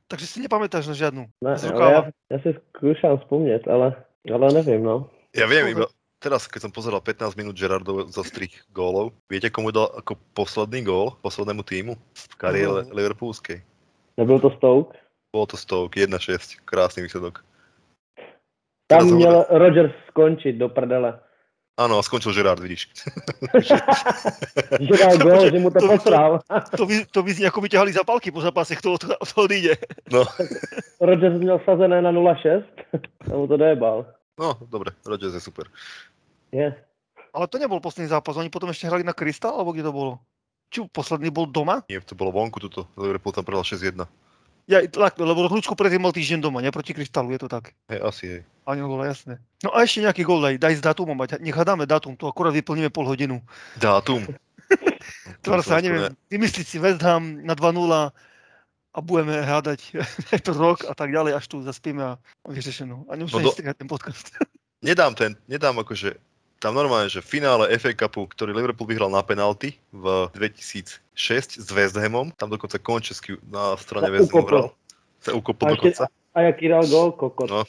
Speaker 1: Takže si nepamätáš na žiadnu.
Speaker 3: Ne,
Speaker 1: Z
Speaker 3: ale
Speaker 1: rukáva.
Speaker 3: já, já si zkoušám vzpomnět, ale, ale nevím, no.
Speaker 2: Ja viem,
Speaker 1: Dobre.
Speaker 2: iba teraz, keď som pozeral 15 minút Gerardov za strich gólov, viete, komu dal ako posledný gól poslednému týmu v kariére
Speaker 1: Komu?
Speaker 2: Liverpoolskej?
Speaker 3: Nebyl to Stoke.
Speaker 2: Bolo to stovk, 1-6, krásny výsledok. Teda
Speaker 3: Tam
Speaker 2: zaujme-
Speaker 3: měl Rodgers skončit do prdele.
Speaker 2: Áno, a skončil Gerard, vidíš. [LAUGHS]
Speaker 3: Že dal gol, že mu to
Speaker 1: To- to-
Speaker 3: posral.
Speaker 1: To, vy, to vyznie, ako by ťahali zapalky po zápase, kto od- od- odíde.
Speaker 2: No,
Speaker 3: Rodgers měl sazené na 0,6 [LAUGHS] a mu to dojebal.
Speaker 2: no dobre, Rodgers je super.
Speaker 3: Je.
Speaker 1: Ale to nebol posledný zápas, oni potom ešte hrali na Krystal, alebo kde to bolo? Či posledný bol doma?
Speaker 2: Nie, to bolo vonku tuto, Liverpool tam prehral 6-1.
Speaker 1: Ja, tak, lebo Hlučko predtým mal týždeň doma, ne? Proti Kryštálu, je to tak.
Speaker 2: Hej, asi hej.
Speaker 1: Ani gola, jasné. No a ešte nejaký gol daj, daj s dátumom, ať- nech dáme dátum, to akurát vyplníme pol hodinu. [LAUGHS]
Speaker 2: Dátum.
Speaker 1: Tvár sa,
Speaker 2: To- to-
Speaker 1: neviem, vymyslí si West Ham na 2-0 a budeme hádať [LAUGHS] je to rok a tak ďalej, až tu zaspíme a vyřešeno. A nemusíme no
Speaker 2: No do-
Speaker 1: strihať ten podcast. [LAUGHS]
Speaker 2: Nedám ten, nedám akože, tam normálne, že v finále FA Cupu, ktorý Liverpool vyhral na penalty v 2006 s West Hamom, tam dokonca Končesky na strane
Speaker 3: Sa
Speaker 2: West Hamu
Speaker 3: ukopol.
Speaker 2: hral. Sa
Speaker 3: A
Speaker 2: ukopol
Speaker 3: ešte-
Speaker 2: dokonca.
Speaker 3: A jaký dal gol, kokot.
Speaker 2: No.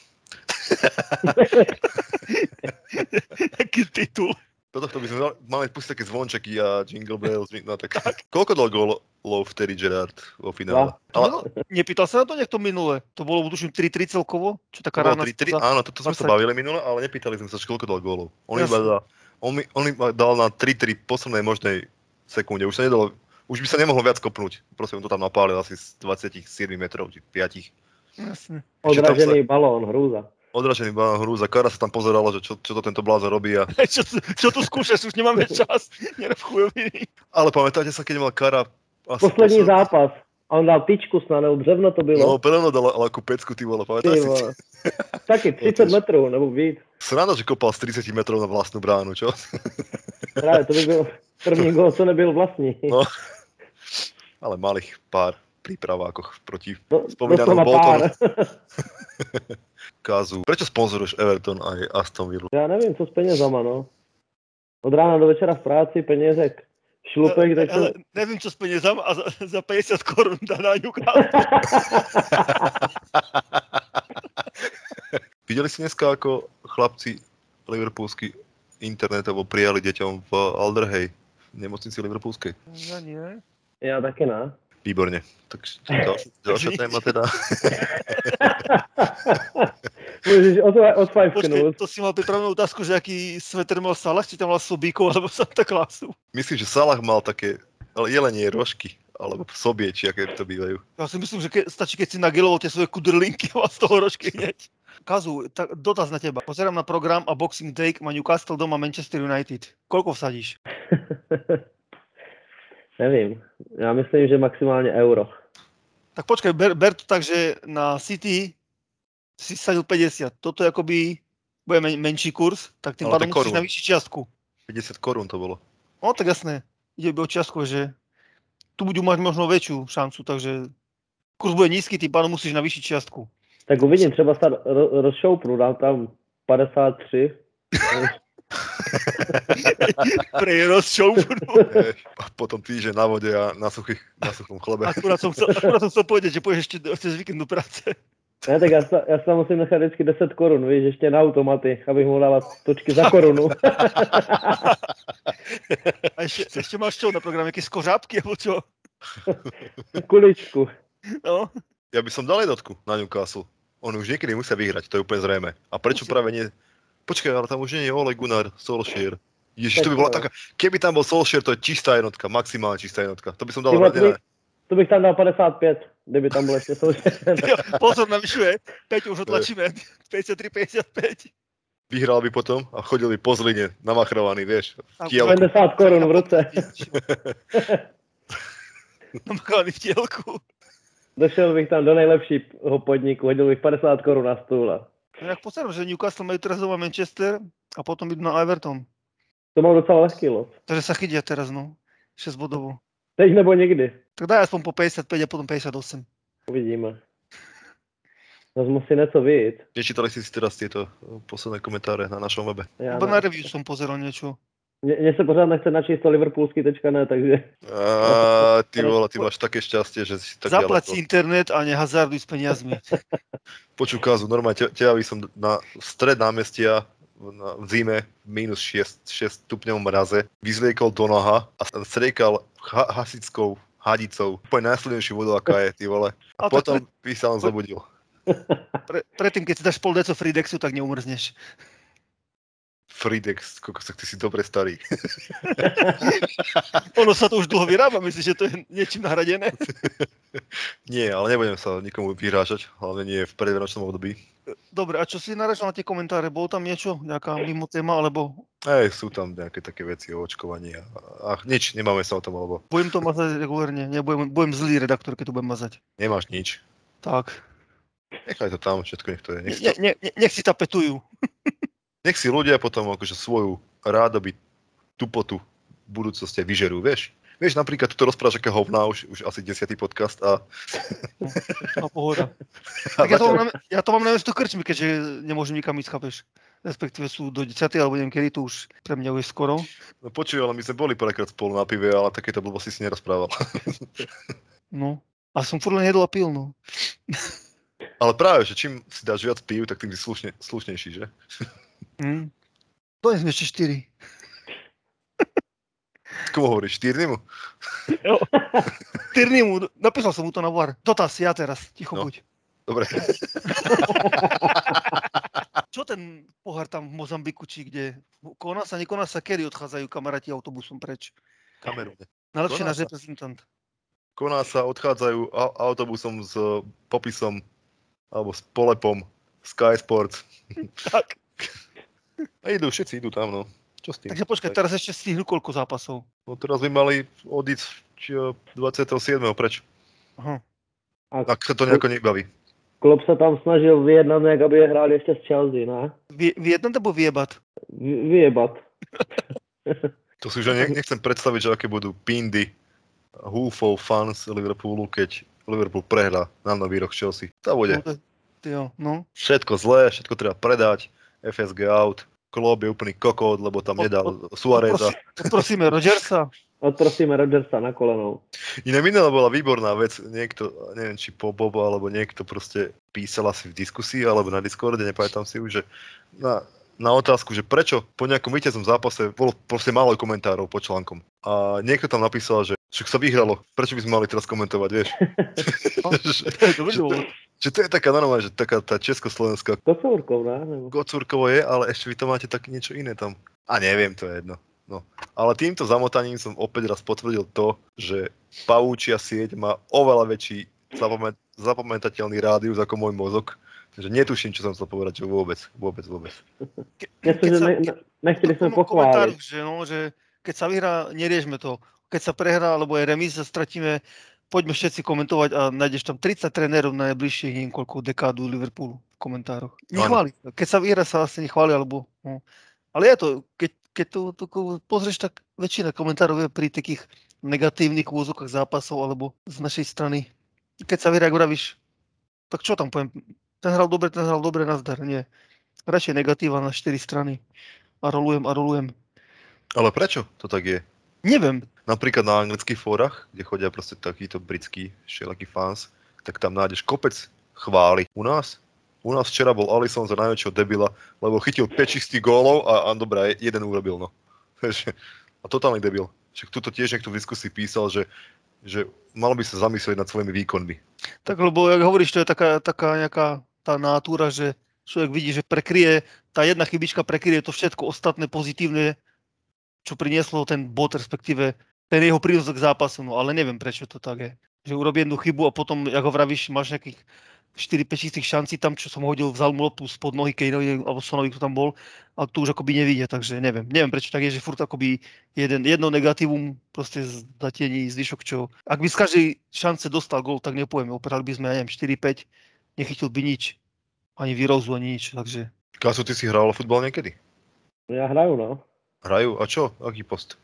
Speaker 1: Taký titul.
Speaker 2: Do tohto by sme mali- mali pustiť také zvončeky a jingle bells. jing- No, tak. Koľko dal gólov vtedy Gerard vo finále? Ale,
Speaker 1: No, nepýtal sa na to niekto minule. To bolo, tuším, 3-3 celkovo? Čo taká
Speaker 2: Bolo
Speaker 1: rána?
Speaker 2: 3-3,
Speaker 1: skúza?
Speaker 2: áno, toto sme sa
Speaker 1: 20.
Speaker 2: bavili minule, ale nepýtali sme sa, že koľko dal gólov. On
Speaker 1: Jasne.
Speaker 2: iba dal, on, mi- on iba dal na 3-3 poslednej možnej sekunde, už sa nedalo, už by sa nemohlo viac kopnúť. Proste on to tam napálil asi z 27 metrov, či 5.
Speaker 1: Jasne.
Speaker 3: Odražený balón, hrúza.
Speaker 2: Odražený balón hrúza, Kara sa tam pozerala, že čo, čo to tento bláza robí. A...
Speaker 1: [LAUGHS] čo, čo tu skúšaš, už nemáme čas. Nerob chujoviny.
Speaker 2: Ale pamätáte sa, keď mal Kara... Asi
Speaker 3: Poslední
Speaker 2: posled-
Speaker 3: zápas. A on dal tyčku snad, nebo břevno to
Speaker 2: No,
Speaker 3: bylo.
Speaker 2: pevno dala ale ako pecku, ty vole,
Speaker 3: Ty
Speaker 2: pamätáš si?
Speaker 1: [LAUGHS]
Speaker 3: vole. Taky 30 metrů, nebo víc.
Speaker 2: Sranda, že kopal z 30 metrov na vlastnú bránu, čo? [LAUGHS]
Speaker 3: Právě to by byl první gol, co nebyl vlastní.
Speaker 2: No, Ale malých pár prípravákoch proti
Speaker 3: Do-
Speaker 2: spomínanou
Speaker 3: doslova
Speaker 2: Boltonu.
Speaker 3: pár.
Speaker 2: Kazu. Prečo sponzoruješ Everton aj Aston Villa?
Speaker 3: [LAUGHS] Já nevím, co s penězama, no. Od rána do večera v práci, penězek, šlupek, tak
Speaker 1: E, Eh, Ale
Speaker 3: to...
Speaker 1: neviem, čo s peniazam a za, za 50 korún dá na Newcastle.
Speaker 2: Videli ste dneska, ako chlapci liverpoolsky internetovo prijali deťom v Alderhey, v nemocnici liverpoolskej?
Speaker 1: No nie.
Speaker 3: Já taky ne.
Speaker 2: Výborne. Tak ďalšia, ďalšia téma teda.
Speaker 3: Můžeš od,
Speaker 1: Počkej,
Speaker 3: odfajfknout.
Speaker 1: to si mal pripravenú otázku, že aký sveter mal Salah, či tam mal Sobíkov alebo Santa Clausu.
Speaker 2: Myslím, že Salah mal také ale jelenie rožky, alebo sobie, či aké to bývajú.
Speaker 1: Ja si myslím, že ke, stačí, keď si nageloval tie svoje kudrlinky a z toho rožky hneď. Kazu, tak dotaz na teba. Pozerám na program a Boxing Day má Newcastle doma Manchester United. Koľko vsadíš?
Speaker 3: Nevím. Já myslím, že maximálně euro.
Speaker 1: Tak počkaj, ber, ber to tak, že na City si sadil 50. Toto je akoby bude men, menší kurz, tak tým
Speaker 2: Ale
Speaker 1: pádom
Speaker 2: tak
Speaker 1: musíš
Speaker 2: korún.
Speaker 1: na vyššiu čiastku.
Speaker 2: 50 korún to bolo.
Speaker 1: No tak jasné, ide o čiastku, že tu budú mať možno väčšiu šancu, takže kurz bude nízky, tým pádom musíš na vyššiu čiastku.
Speaker 3: Tak uvidím, třeba se ro- rozšoupnu, dám tam
Speaker 1: [LAUGHS]
Speaker 3: 53.
Speaker 1: [LAUGHS] Pre rozšoufru.
Speaker 2: Ech, A potom týždeň na vode a na, suchých, na suchom chlebe.
Speaker 1: Akurát som chcel, akurát som chcel povedať, že pôjdeš ešte do- cez víkend do práce.
Speaker 3: Ne, tak já, se- já se tam musím nechat vždycky 10 korun, víš, ještě na automaty, abych mohl dávat točky za
Speaker 1: [LAUGHS]
Speaker 3: korunu.
Speaker 1: A ešte, ešte máš čo na programe, aké skořápky, alebo čo?
Speaker 3: Kuličku.
Speaker 1: No, [LAUGHS]
Speaker 2: Ja by som dal jednotku na Newcastle. On už niekedy musia vyhrať, to je úplne zrejme. A prečo
Speaker 1: Musí.
Speaker 2: práve nie... Počkaj, ale tam už nie je Ole Gunnar, Solskjaer. Ježiš,
Speaker 3: Tak
Speaker 2: to by bola
Speaker 3: to je.
Speaker 2: taká... Keby tam bol Solskjaer, to je čistá jednotka, maximálne čistá jednotka. To by som dal
Speaker 3: Ty vole,
Speaker 2: hradne na...
Speaker 3: To bych tam dal 55, kdyby tam byl ještě současný.
Speaker 1: jo, pozor na vyšuje. Peťo, už otlačíme. 53-55.
Speaker 2: Vyhral by potom a chodil by po zline, namachrovaný, vieš.
Speaker 1: A
Speaker 2: Kiel.
Speaker 1: bude-
Speaker 3: 50 korun v ruce.
Speaker 1: [LAUGHS] Namakaný v tielku.
Speaker 3: Došel bych tam do nejlepšího podniku, hodil bych 50 korun na stůl. a-
Speaker 1: No jak pozerám, že Newcastle majú teraz doma Manchester a potom idú na Everton.
Speaker 3: To mám docela lehký los.
Speaker 1: Takže sa chytia teraz, no. 6 bodov.
Speaker 3: Teď nebo nikdy.
Speaker 1: Tak daj aspoň po 55 a potom 58.
Speaker 3: Uvidíme. Zas musí něco vyjít.
Speaker 2: Nečítali si si teraz tieto eh, posledné komentáre na našom webe.
Speaker 3: Já
Speaker 1: Lebo
Speaker 3: ne.
Speaker 1: na review som pozeral niečo.
Speaker 3: Mně- Mně se pořád nechce načíst to liverpoolský.ne, takže
Speaker 1: No,
Speaker 2: A ty vole, ty máš také šťastie, že si tak
Speaker 1: Zaplať si
Speaker 2: ďaleko.
Speaker 1: internet a nehazarduj s
Speaker 2: [LAUGHS]
Speaker 1: peniazmi.
Speaker 2: Počuj, Kazu, normálne, te, teba by som na stred námestia v- na, v zime v minus 6, 6 stupňov mraze vyzliekol do noha a s- striekal ha, hasickou hadicou. Úplne najsilnejší vodu, aká je, ty vole.
Speaker 1: A
Speaker 2: A
Speaker 1: tak
Speaker 2: potom by sa on zobudil.
Speaker 1: Pre, predtým, keď si dáš pol deco Fridexu, tak neumrzneš.
Speaker 2: Fridex, koľko sa ty si dobre starý.
Speaker 1: Ono sa to už dlho vyrába, myslíš, že to je niečím nahradené?
Speaker 2: Nie, ale nebudem sa nikomu vyhrážať, hlavne nie v predvenočnom období.
Speaker 1: Dobre, a čo si naražal na tie komentáre? Bolo tam niečo? Nejaká mimo téma? Alebo
Speaker 2: Ej, sú tam nejaké také veci o očkovaní a, a nič, nemáme sa o tom, lebo
Speaker 1: budem to mazať regulérne? Nebudem, budem zlý redaktor, keď to budem mazať.
Speaker 2: nemáš nič.
Speaker 1: Tak.
Speaker 2: Nechaj to tam, všetko nech to je. Nech si,
Speaker 1: Ne, ne, ne, nech si tapetujú.
Speaker 2: nech si ľudia potom akože svoju rádoby tupotu v budúcnosti aj vyžerú, vieš? Vieš, napríklad toto rozprávaš aké hovná, už, už asi desiatý podcast a...
Speaker 1: No,
Speaker 2: [LAUGHS]
Speaker 1: pohoda.
Speaker 2: a
Speaker 1: Tak ja, to
Speaker 2: zatiaľ-
Speaker 1: mám na, ja to mám na mesto krčmy, keďže nemôžem nikam ísť, chápeš? Respektíve sú do 10. alebo neviem kedy, to už pre mňa už je skoro.
Speaker 2: No počuj, ale my sme boli párkrát spolu na pive, ale takéto blbosti si nerozprával. [LAUGHS]
Speaker 1: No. A som furt len jedol a pil, no.
Speaker 2: ale práve, že čím si dáš viac pív, tak tým si slušne, slušnejší, že?
Speaker 1: Hm. To je ešte 4.
Speaker 2: Komu hovoríš? Týrnemu?
Speaker 1: Tyrný mu, napísal som mu to na var. Dotaz, ja teraz, ticho
Speaker 2: No.
Speaker 1: buď.
Speaker 2: Dobre.
Speaker 1: Čo ten pohár tam v Mozambiku, či kde? Koná sa, nekoná sa, kedy odchádzajú kamaráti autobusom preč?
Speaker 2: Kameru.
Speaker 1: Najlepšie
Speaker 2: Koná
Speaker 1: náš
Speaker 2: sa.
Speaker 1: reprezentant.
Speaker 2: Koná sa, odchádzajú a- autobusom s e, popisom alebo s polepom Sky Sports.
Speaker 1: Tak.
Speaker 2: A idú, všetci idú tam, no. Čo s tým?
Speaker 1: Takže počkaj, teraz ešte stihnú koľko zápasov.
Speaker 2: No teraz by mali odísť či, e, 27. preč.
Speaker 1: Aha.
Speaker 3: A
Speaker 2: Ak sa to nejako nebaví.
Speaker 3: Klopp sa tam snažil vyjednat nějak, aby je hráli ještě s Chelsea, ne?
Speaker 1: Vie, vyjednať alebo viebať?
Speaker 3: Vy, vyjebat.
Speaker 2: To si už ani ne- nechcem predstaviť, že aké budú pindy húfov fans Liverpoolu, keď Liverpool prehrá na nový rok s Chelsea. To bude.
Speaker 1: No, to- ty Jo, no.
Speaker 2: všetko zlé, všetko treba predať, FSG out, Klopp je úplný kokot, lebo tam
Speaker 1: Od-
Speaker 2: nedal Suareza.
Speaker 1: Prosíme Rodgersa.
Speaker 3: Odprosíme Rodgersa na kolenou.
Speaker 2: Iné minule bola výborná vec, niekto, neviem či po Bobo, alebo niekto proste písal asi v diskusii, alebo na Discorde, nepamätám si už, že na, na otázku, že prečo po nejakom víťaznom zápase bolo proste málo komentárov po článkom. A niekto tam napísal, že však sa vyhralo, prečo by sme mali teraz komentovať, vieš? [LAUGHS] že,
Speaker 1: Dobrý
Speaker 2: že, to, že to je taká normálne, že taká tá československá
Speaker 3: Kocourkou, ne? Nebo...
Speaker 2: Gocúrkovo je, ale ešte vy to máte tak niečo iné tam. A neviem, to je jedno. No. Ale týmto zamotaním som opäť raz potvrdil to, že pavúčia sieť má oveľa väčší zapamä- zapamätateľný rádius ako môj mozog. Takže netuším, čo som chcel povedať, že vôbec, vôbec, vôbec.
Speaker 3: Něco, že ne, ne, nechtěli jsme pochválit.
Speaker 1: Že, no, že keď sa vyhrá, neriešme to. Keď sa prehrá, alebo je remíza, stratíme, poďme všetci komentovať a nájdeš tam 30 trénerov na najbližších niekoľko dekádu Liverpoolu v komentároch. Nechváli. Keď sa vyhrá, sa asi nechváli, alebo... No. Ale je to, keď, keď to, to ko- pozrieš, tak väčšina komentárov je pri takých negatívnych úzokách zápasov alebo z našej strany. Keď sa vyhrá, ako vravíš, tak čo tam poviem? Ten hral dobre, ten hral dobre, nazdar. Nie. Radšej negatíva na 4 strany. A rolujem, a rolujem.
Speaker 2: Ale prečo to tak je?
Speaker 1: Neviem.
Speaker 2: Napríklad na anglických fórach, kde chodia proste takíto britskí všelakí fans, tak tam nájdeš kopec chvály. U nás? U nás včera bol Alisson za najväčšieho debila, lebo chytil 5 čistých gólov a, a dobrá, jeden urobil, no. [LAUGHS] Takže- a totálny debil. Však tuto tiež niekto v diskusii písal, že, že mal by sa zamyslieť nad svojimi výkonmi.
Speaker 1: Tak lebo, jak hovoríš, to je taká, taká nejaká tá natúra, že človek vidí, že prekryje, tá jedna chybička prekryje to všetko ostatné pozitívne, čo prinieslo ten bod, respektíve ten jeho prínos k zápasu, no ale neviem, prečo to tak je. Že urobí jednu chybu a potom, ako vravíš, máš nejakých 4-5 čistých šancí tam, čo som hodil, vzal mu loptu spod nohy Kejnovi alebo Sonovi, kto tam bol a tu už akoby nevidie, takže neviem. Neviem, prečo tak je, že furt akoby jeden, jedno negatívum proste zatieni zvyšok, čo... Ak by z každej šance dostal gól, tak nepovieme, operali by sme, ja neviem, 4-5, nechytil by nič. Ani výrozu, ani nič, takže...
Speaker 2: Kasu, ty si hral futbal niekedy?
Speaker 3: Já hraju, no.
Speaker 2: Hrajú? A čo? Aký post?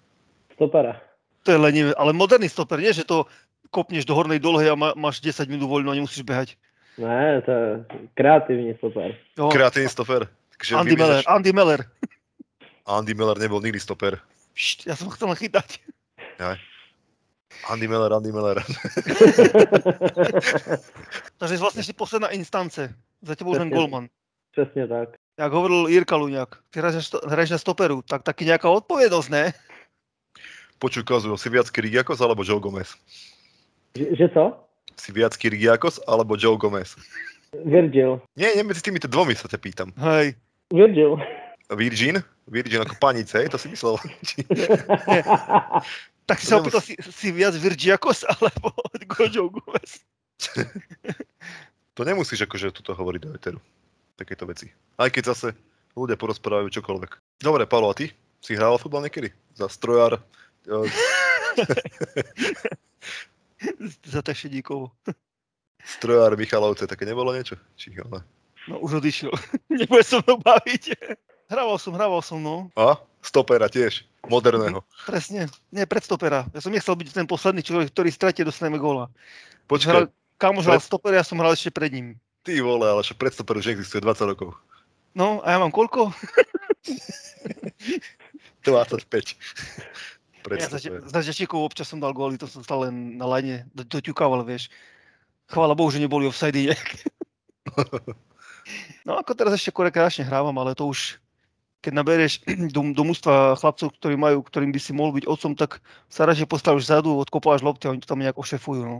Speaker 3: Stopera.
Speaker 1: To je lenivé, ale moderný stoper, nie, že to kopneš do hornej dolohy a má, máš 10 minút voľno a nemusíš behať.
Speaker 3: Ne, to je kreativní stoper. [LAUGHS]
Speaker 1: Jo,
Speaker 2: Kreatívny stoper. Takže
Speaker 1: No. Andy Meller,
Speaker 2: vymýšľaš-
Speaker 1: Andy Meller.
Speaker 2: Andy Miller nebol nikdy stoper.
Speaker 1: Št, ja som chcel len chytať. [LAUGHS]
Speaker 2: Andy Miller, Andy Miller. [LAUGHS]
Speaker 1: Takže vlastne ešte posledná instance. Za tebou už len golman.
Speaker 3: Přesně tak.
Speaker 1: Jak hovoril Jirka Luňák, ty hráš na sto- hráš na stoperu, tak taky nejaká odpovednosť, ne?
Speaker 2: Počuj, Kazu, si viac Kyriakos alebo Joe Gomez?
Speaker 3: Že, že co?
Speaker 2: Si viac Kyriakos alebo Joe Gomez?
Speaker 3: Virgil.
Speaker 2: Nie, nie, medzi týmito dvomi sa ťa pýtam.
Speaker 1: Hej.
Speaker 3: Virgil.
Speaker 2: Virgin? Virgin ako panice, hej, to si myslel. [LAUGHS] Či-
Speaker 1: Tak si sa
Speaker 2: Budem-
Speaker 1: opýtal, si, si viac Virgiakos alebo [LAUGHS] Gojo Gomez?
Speaker 2: to nemusíš akože tuto hovoriť do Eteru. Takéto veci. Aj keď zase ľudia porozprávajú čokoľvek. Dobre, Paolo, a ty? Si hrával futbal niekedy? Za strojár? E,
Speaker 1: Za Tašedíkovo.
Speaker 2: Strojár Michalovce, také nebolo niečo? Či ona?
Speaker 1: No už odišiel. [LAUGHS] Nebude so mnou baviť. Hrával som, hrával som, no.
Speaker 2: A? Stopera tiež, moderného.
Speaker 1: Presne. Nie, predstopera. Ja som nechcel byť ten posledný človek, ktorý stratie dostaneme góla.
Speaker 2: Počkaj,
Speaker 1: Hral, kamož hral stopera, ja som hral ešte pred ním.
Speaker 2: ty vole, ale však predstoper už existuje 20 rokov.
Speaker 1: No, a ja mám koľko?
Speaker 2: 25.
Speaker 1: Ja za,
Speaker 2: Predstoper.
Speaker 1: za Žačíkov občas som dal góly, to som stále len na lajne do- doťukával, vieš. Chvála Bohu, že neboli offside
Speaker 2: [LAUGHS]
Speaker 1: nejak. No ako teraz ešte korekračne hrávam, ale to už, keď naberieš [CLEARS THROAT] do, do mústva chlapcov, ktorí majú, ktorým by si mohol byť otcom, tak sa radšej postavíš zadu, odkopáš lopty a oni to tam nejak ošefujú. No.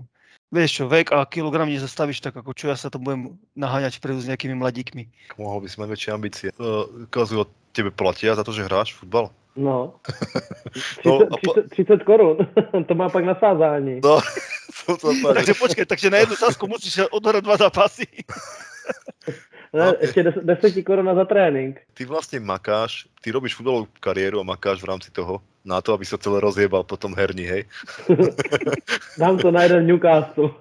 Speaker 1: Vieš čo, vek a kilogram nezastavíš, tak ako čo ja sa to budem naháňať predu s nejakými mladíkmi.
Speaker 2: Mohol by si mať väčšie ambície. Uh, Kazuo, tebe platia za to, že hráš futbal?
Speaker 3: No.
Speaker 2: No,
Speaker 3: 30,
Speaker 2: a po-
Speaker 3: 30, 30 korun. [LAUGHS] to má pak na sázání.
Speaker 2: No, som sa
Speaker 1: Takže počkaj, takže na jednu sasku musíš odohrať dva
Speaker 2: [LAUGHS]
Speaker 1: zápasy.
Speaker 3: Ne,
Speaker 2: ok.
Speaker 3: ještě 10, 10 koruna za trénink.
Speaker 2: ty vlastne makáš, ty robíš futbalovú kariéru a makáš v rámci toho na to, aby sa celé rozjebal potom herní, hej?
Speaker 3: Dám to na jeden Newcastle.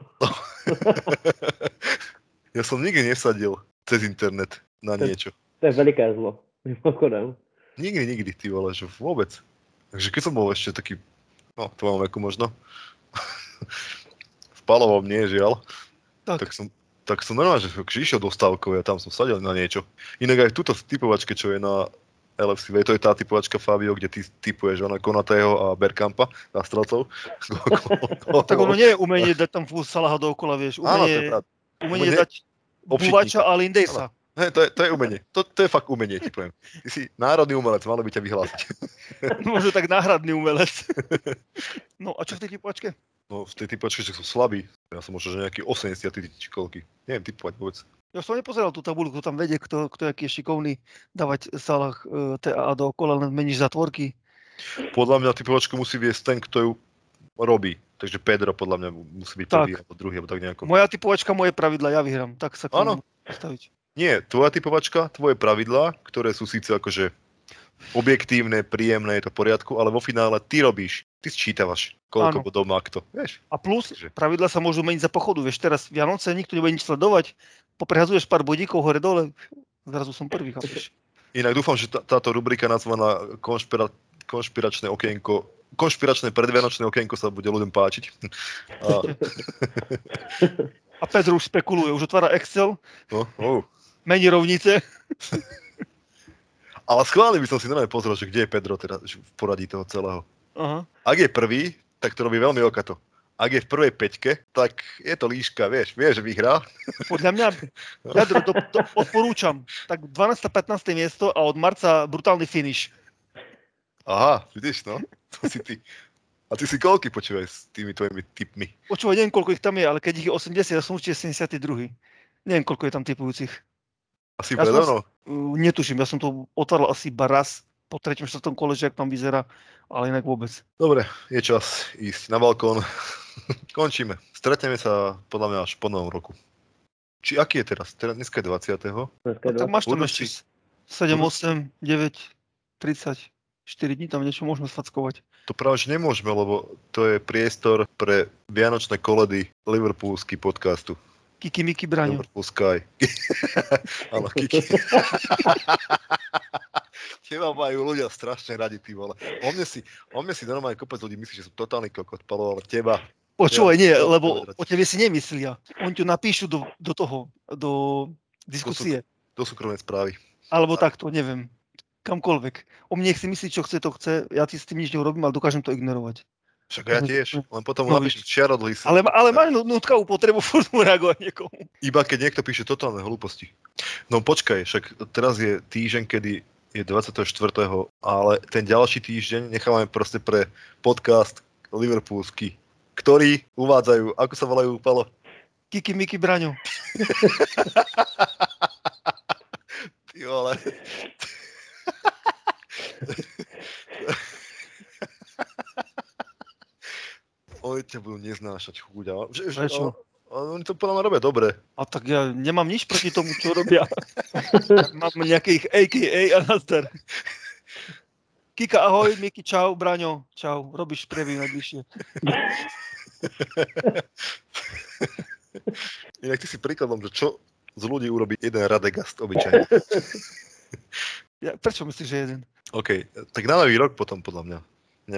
Speaker 2: Ja som nikdy nesadil cez internet na
Speaker 3: Ten-
Speaker 2: niečo.
Speaker 3: To je veliké zlo. Mimochodem.
Speaker 2: Nikdy, nikdy, ty vole, že vôbec. Takže keď som bol ešte taký, no, v tvojom veku možno, [LAUGHS] v palovom nie, žiaľ,
Speaker 1: Tak.
Speaker 2: tak som, tak som normálne, že že išiel do stavkov a tam som sadel na niečo. Inak aj tuto v typovačke, čo je na LFC, to je tá typovačka Fabio, kde ty typuješ ona Konatého a Berkampa na strelcov. [LAUGHS]
Speaker 1: Tak ono nie je umenie dať tam fú Salaha dookola, vieš.
Speaker 2: Áno, to je
Speaker 1: Umenie,
Speaker 2: pravda.
Speaker 1: umenie
Speaker 2: Umenie
Speaker 1: dať
Speaker 2: obšitníka.
Speaker 1: Buvača a [LAUGHS] Lindejsa.
Speaker 2: Hej, to, je, to je umenie. To, to je fakt umenie, ti poviem. Ty si národný umelec, malo by ťa vyhlásiť.
Speaker 1: Možno tak náhradný umelec.
Speaker 2: [LAUGHS]
Speaker 1: No a čo v tej typovačke?
Speaker 2: No v tej typovačke, že sú slabí. Ja som možno, že nejaký 80 ty či koľky. Neviem typovať vôbec.
Speaker 1: Ja som nepozeral tú tabuľu, kto tam vedie, kto, kto aký je šikovný dávať Salah e, TA dookola, len meníš zatvorky.
Speaker 2: Podľa mňa typovačku musí viesť ten, kto ju robí. Takže Pedro podľa mňa musí byť
Speaker 1: Tak.
Speaker 2: prvý alebo druhý, alebo tak nejako.
Speaker 1: Moja typovačka, moje pravidla, ja vyhrám. Tak sa k
Speaker 2: Áno.
Speaker 1: tomu postaviť.
Speaker 2: Nie, tvoja typovačka, tvoje pravidlá, ktoré sú síce akože objektívne, príjemné, je to v poriadku, ale vo finále ty robíš, ty sčítavaš, koľko
Speaker 1: Áno.
Speaker 2: bodov má kto. Vieš,
Speaker 1: A plus,
Speaker 2: Že-
Speaker 1: pravidla sa môžu meniť za pochodu. Vieš, teraz Vianoce nikto nebude nič sledovať, poprehazuješ pár bodíkov hore-dole, zrazu som prvý, chápeš?
Speaker 2: Inak dúfam, že tá, táto rubrika nazvaná konšpira, konšpiračné okienko konšpiračné predvianočné okienko sa bude ľuďom páčiť. [LAUGHS] A,
Speaker 1: A Petr už špekuluje, už otvára Excel,
Speaker 2: no, oh.
Speaker 1: mení rovnice.
Speaker 2: Ale schválne by som si normálne pozrel, že kde je Pedro teraz že v poradí toho celého.
Speaker 1: Aha.
Speaker 2: Ak je prvý, tak to robí veľmi okato. Ak je v prvej peťke, tak je to líška, vieš, vieš, že vyhrá.
Speaker 1: Podľa mňa, jadro, to, to odporúčam. Tak 12. 15. miesto a od marca brutálny finish.
Speaker 2: Aha, vidíš, no, to si ty. A ty si koľky počúvaj s tými tvojimi tipmi?
Speaker 1: Počúvaj, neviem, koľko ich tam je, ale keď ich je 80, ja som určite 72. Neviem, koľko je tam typujúcich.
Speaker 2: Asi
Speaker 1: Ja
Speaker 2: ja predo
Speaker 1: som si-
Speaker 2: mnou?
Speaker 1: Uh, netuším, ja som to otváral asi iba raz po treťom, štvrtom kole, že ak tam vyzerá, ale inak vôbec.
Speaker 2: Dobre, je čas ísť na balkón. [LAUGHS] Končíme. Stretneme sa podľa mňa až po novom roku. Či aký je teraz? teraz dneska je 20.
Speaker 3: Dneska
Speaker 1: No, tak máš tam
Speaker 2: Budúci-
Speaker 1: ešte 7, 8, 9, 30, 4 dní tam niečo môžeme sfackovať.
Speaker 2: To práve že nemôžeme, lebo to je priestor pre vianočné koledy Liverpoolsky podcastu.
Speaker 1: Kiki Miki Braňo.
Speaker 2: Liverpool [LAUGHS] Sky.
Speaker 1: [LAUGHS]
Speaker 2: Áno, Kiki. Teba majú ľudia strašne radi, ty vole. O mne si, o mne si normálne kopec ľudí myslí, že som totálny kokot, palo, ale teba.
Speaker 1: Počúvaj, nie,
Speaker 2: Ja- ja-
Speaker 1: lebo
Speaker 2: ja-
Speaker 1: o tebe si nemyslia. Oni ťa napíšu do, do toho, do diskusie.
Speaker 2: Do súkromnej správy.
Speaker 1: Alebo takto, neviem. Kamkoľvek. O mne nech si myslí, čo chce, to chce. Ja ti s tým nič neurobím, ale dokážem to ignorovať.
Speaker 2: Však ja tiež, len potom
Speaker 1: No,
Speaker 2: no, napíšem čiarodlý sa.
Speaker 1: Ale, ale máš nú- nutkavú potrebu [LAUGHS] furt mu reagovať niekomu.
Speaker 2: Iba keď niekto píše totálne hlúposti. No počkaj, však teraz je týždeň, kedy je 24. ale ten ďalší týždeň nechávame proste pre podcast Liverpoolsky, ktorý uvádzajú, ako sa volajú, Palo?
Speaker 1: Kiki Miki Braňo.
Speaker 2: Ty vole. Oni ťa budú neznášať, chuďa. Že- že-
Speaker 1: Prečo?
Speaker 2: ale Oni to podľa mňa robia dobre.
Speaker 1: A tak ja nemám nič proti tomu, čo robia. Mám nejakých AKA a nazdar. Kika, ahoj, Miki, čau, Braňo, čau, robíš priebyv najbližšie.
Speaker 2: Inak ty si príkladom, že čo z ľudí urobí jeden Radegast obyčajne.
Speaker 1: Ja, prečo myslíš, že jeden?
Speaker 2: OK, tak na nový rok potom podľa mňa.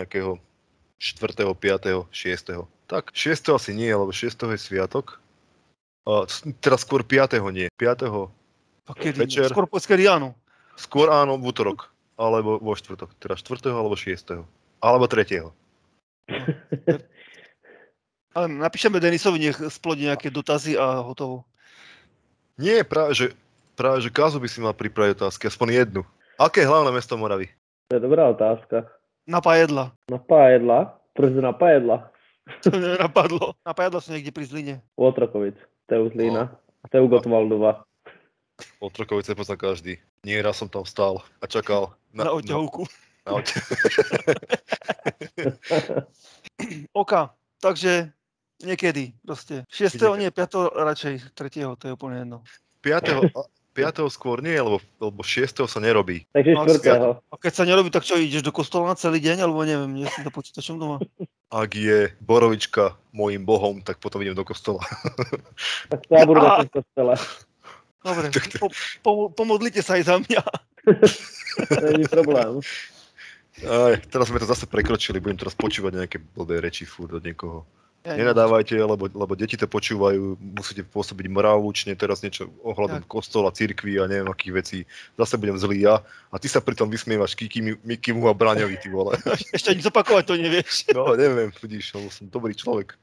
Speaker 2: Nejakého 4., 5., 6. Tak, 6. asi nie, lebo 6. je sviatok. A s- teraz skôr 5. nie. 5.
Speaker 1: A kedy?
Speaker 2: Večer.
Speaker 1: Skôr po kedy áno.
Speaker 2: Skôr áno, v útorok. Alebo vo štvrtok. Teda 4. alebo 6. Alebo 3.
Speaker 1: Ale napíšeme Denisovi, nech splodí nejaké dotazy a hotovo.
Speaker 2: Nie, práve že, práve, že Kázu by si mal pripraviť otázky, aspoň jednu. Aké je hlavné mesto Moravy?
Speaker 3: To je dobrá otázka.
Speaker 1: Napajedla.
Speaker 3: Napájedla? Proč to napájedla?
Speaker 1: To mne napadlo. Napajedla sú niekde pri Zline.
Speaker 3: U Otrokovic. To je u Zlína. To je u Gotwaldova.
Speaker 2: Otrokovice pozná každý. Nie, raz som tam stál a čakal.
Speaker 1: Na, oťahovku.
Speaker 2: Na, na [LAUGHS] oťa-
Speaker 1: Oka. Takže niekedy proste. 6.
Speaker 2: Niekedy.
Speaker 1: nie, 5. radšej 3. to je úplne jedno.
Speaker 2: 5. a- 5. skôr nie, lebo, lebo 6. sa nerobí.
Speaker 3: Takže
Speaker 1: No,
Speaker 3: čtvrtého.
Speaker 1: A keď sa nerobí, tak čo, ideš do kostola na celý deň, alebo neviem, nie som za počítačom doma.
Speaker 2: Ak je Borovička môjim bohom, tak potom idem do kostola.
Speaker 3: Tak to ja budu na
Speaker 1: Á.
Speaker 3: tom kostele.
Speaker 1: Dobre,
Speaker 2: Tak to-
Speaker 1: po, po, pomodlite sa aj za mňa.
Speaker 3: To není problém.
Speaker 2: Aj, [LAUGHS] teraz sme to zase prekročili, budem teraz počúvať nejaké blbé reči furt od niekoho.
Speaker 1: Ja,
Speaker 2: Nenadávajte, lebo, lebo deti to počúvajú, musíte pôsobiť morálne, teraz niečo ohľadom kostola, cirkvi a neviem akých vecí. Zase budem zlý ja a ty sa pritom vysmievaš Kikimu, Mikimu a Braňovi, ty vole.
Speaker 1: Ešte ani zopakovať to nevieš.
Speaker 2: No, neviem, vidíš, lebo som dobrý človek.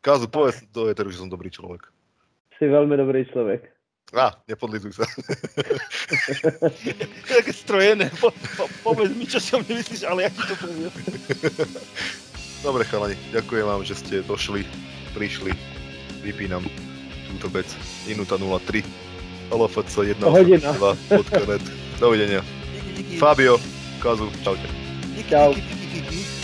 Speaker 2: Kázu, povedz do eteru, že som dobrý človek.
Speaker 3: Si veľmi dobrý človek.
Speaker 2: Á, nepodlizuj sa. [LAUGHS]
Speaker 1: To je také strojené. Po, po, povedz mi, čo si o mne myslíš, ale ja ti to poviem.
Speaker 2: Dobre, chalani, ďakujem vám, že ste došli, prišli. Vypínam túto vec. Minúta 03. LFC 1.
Speaker 3: Hodina.
Speaker 2: Dovidenia.
Speaker 1: Díky, díky.
Speaker 2: Fabio, Kazu, čaute.
Speaker 1: díky,
Speaker 3: Čau.
Speaker 1: díky, díky, díky.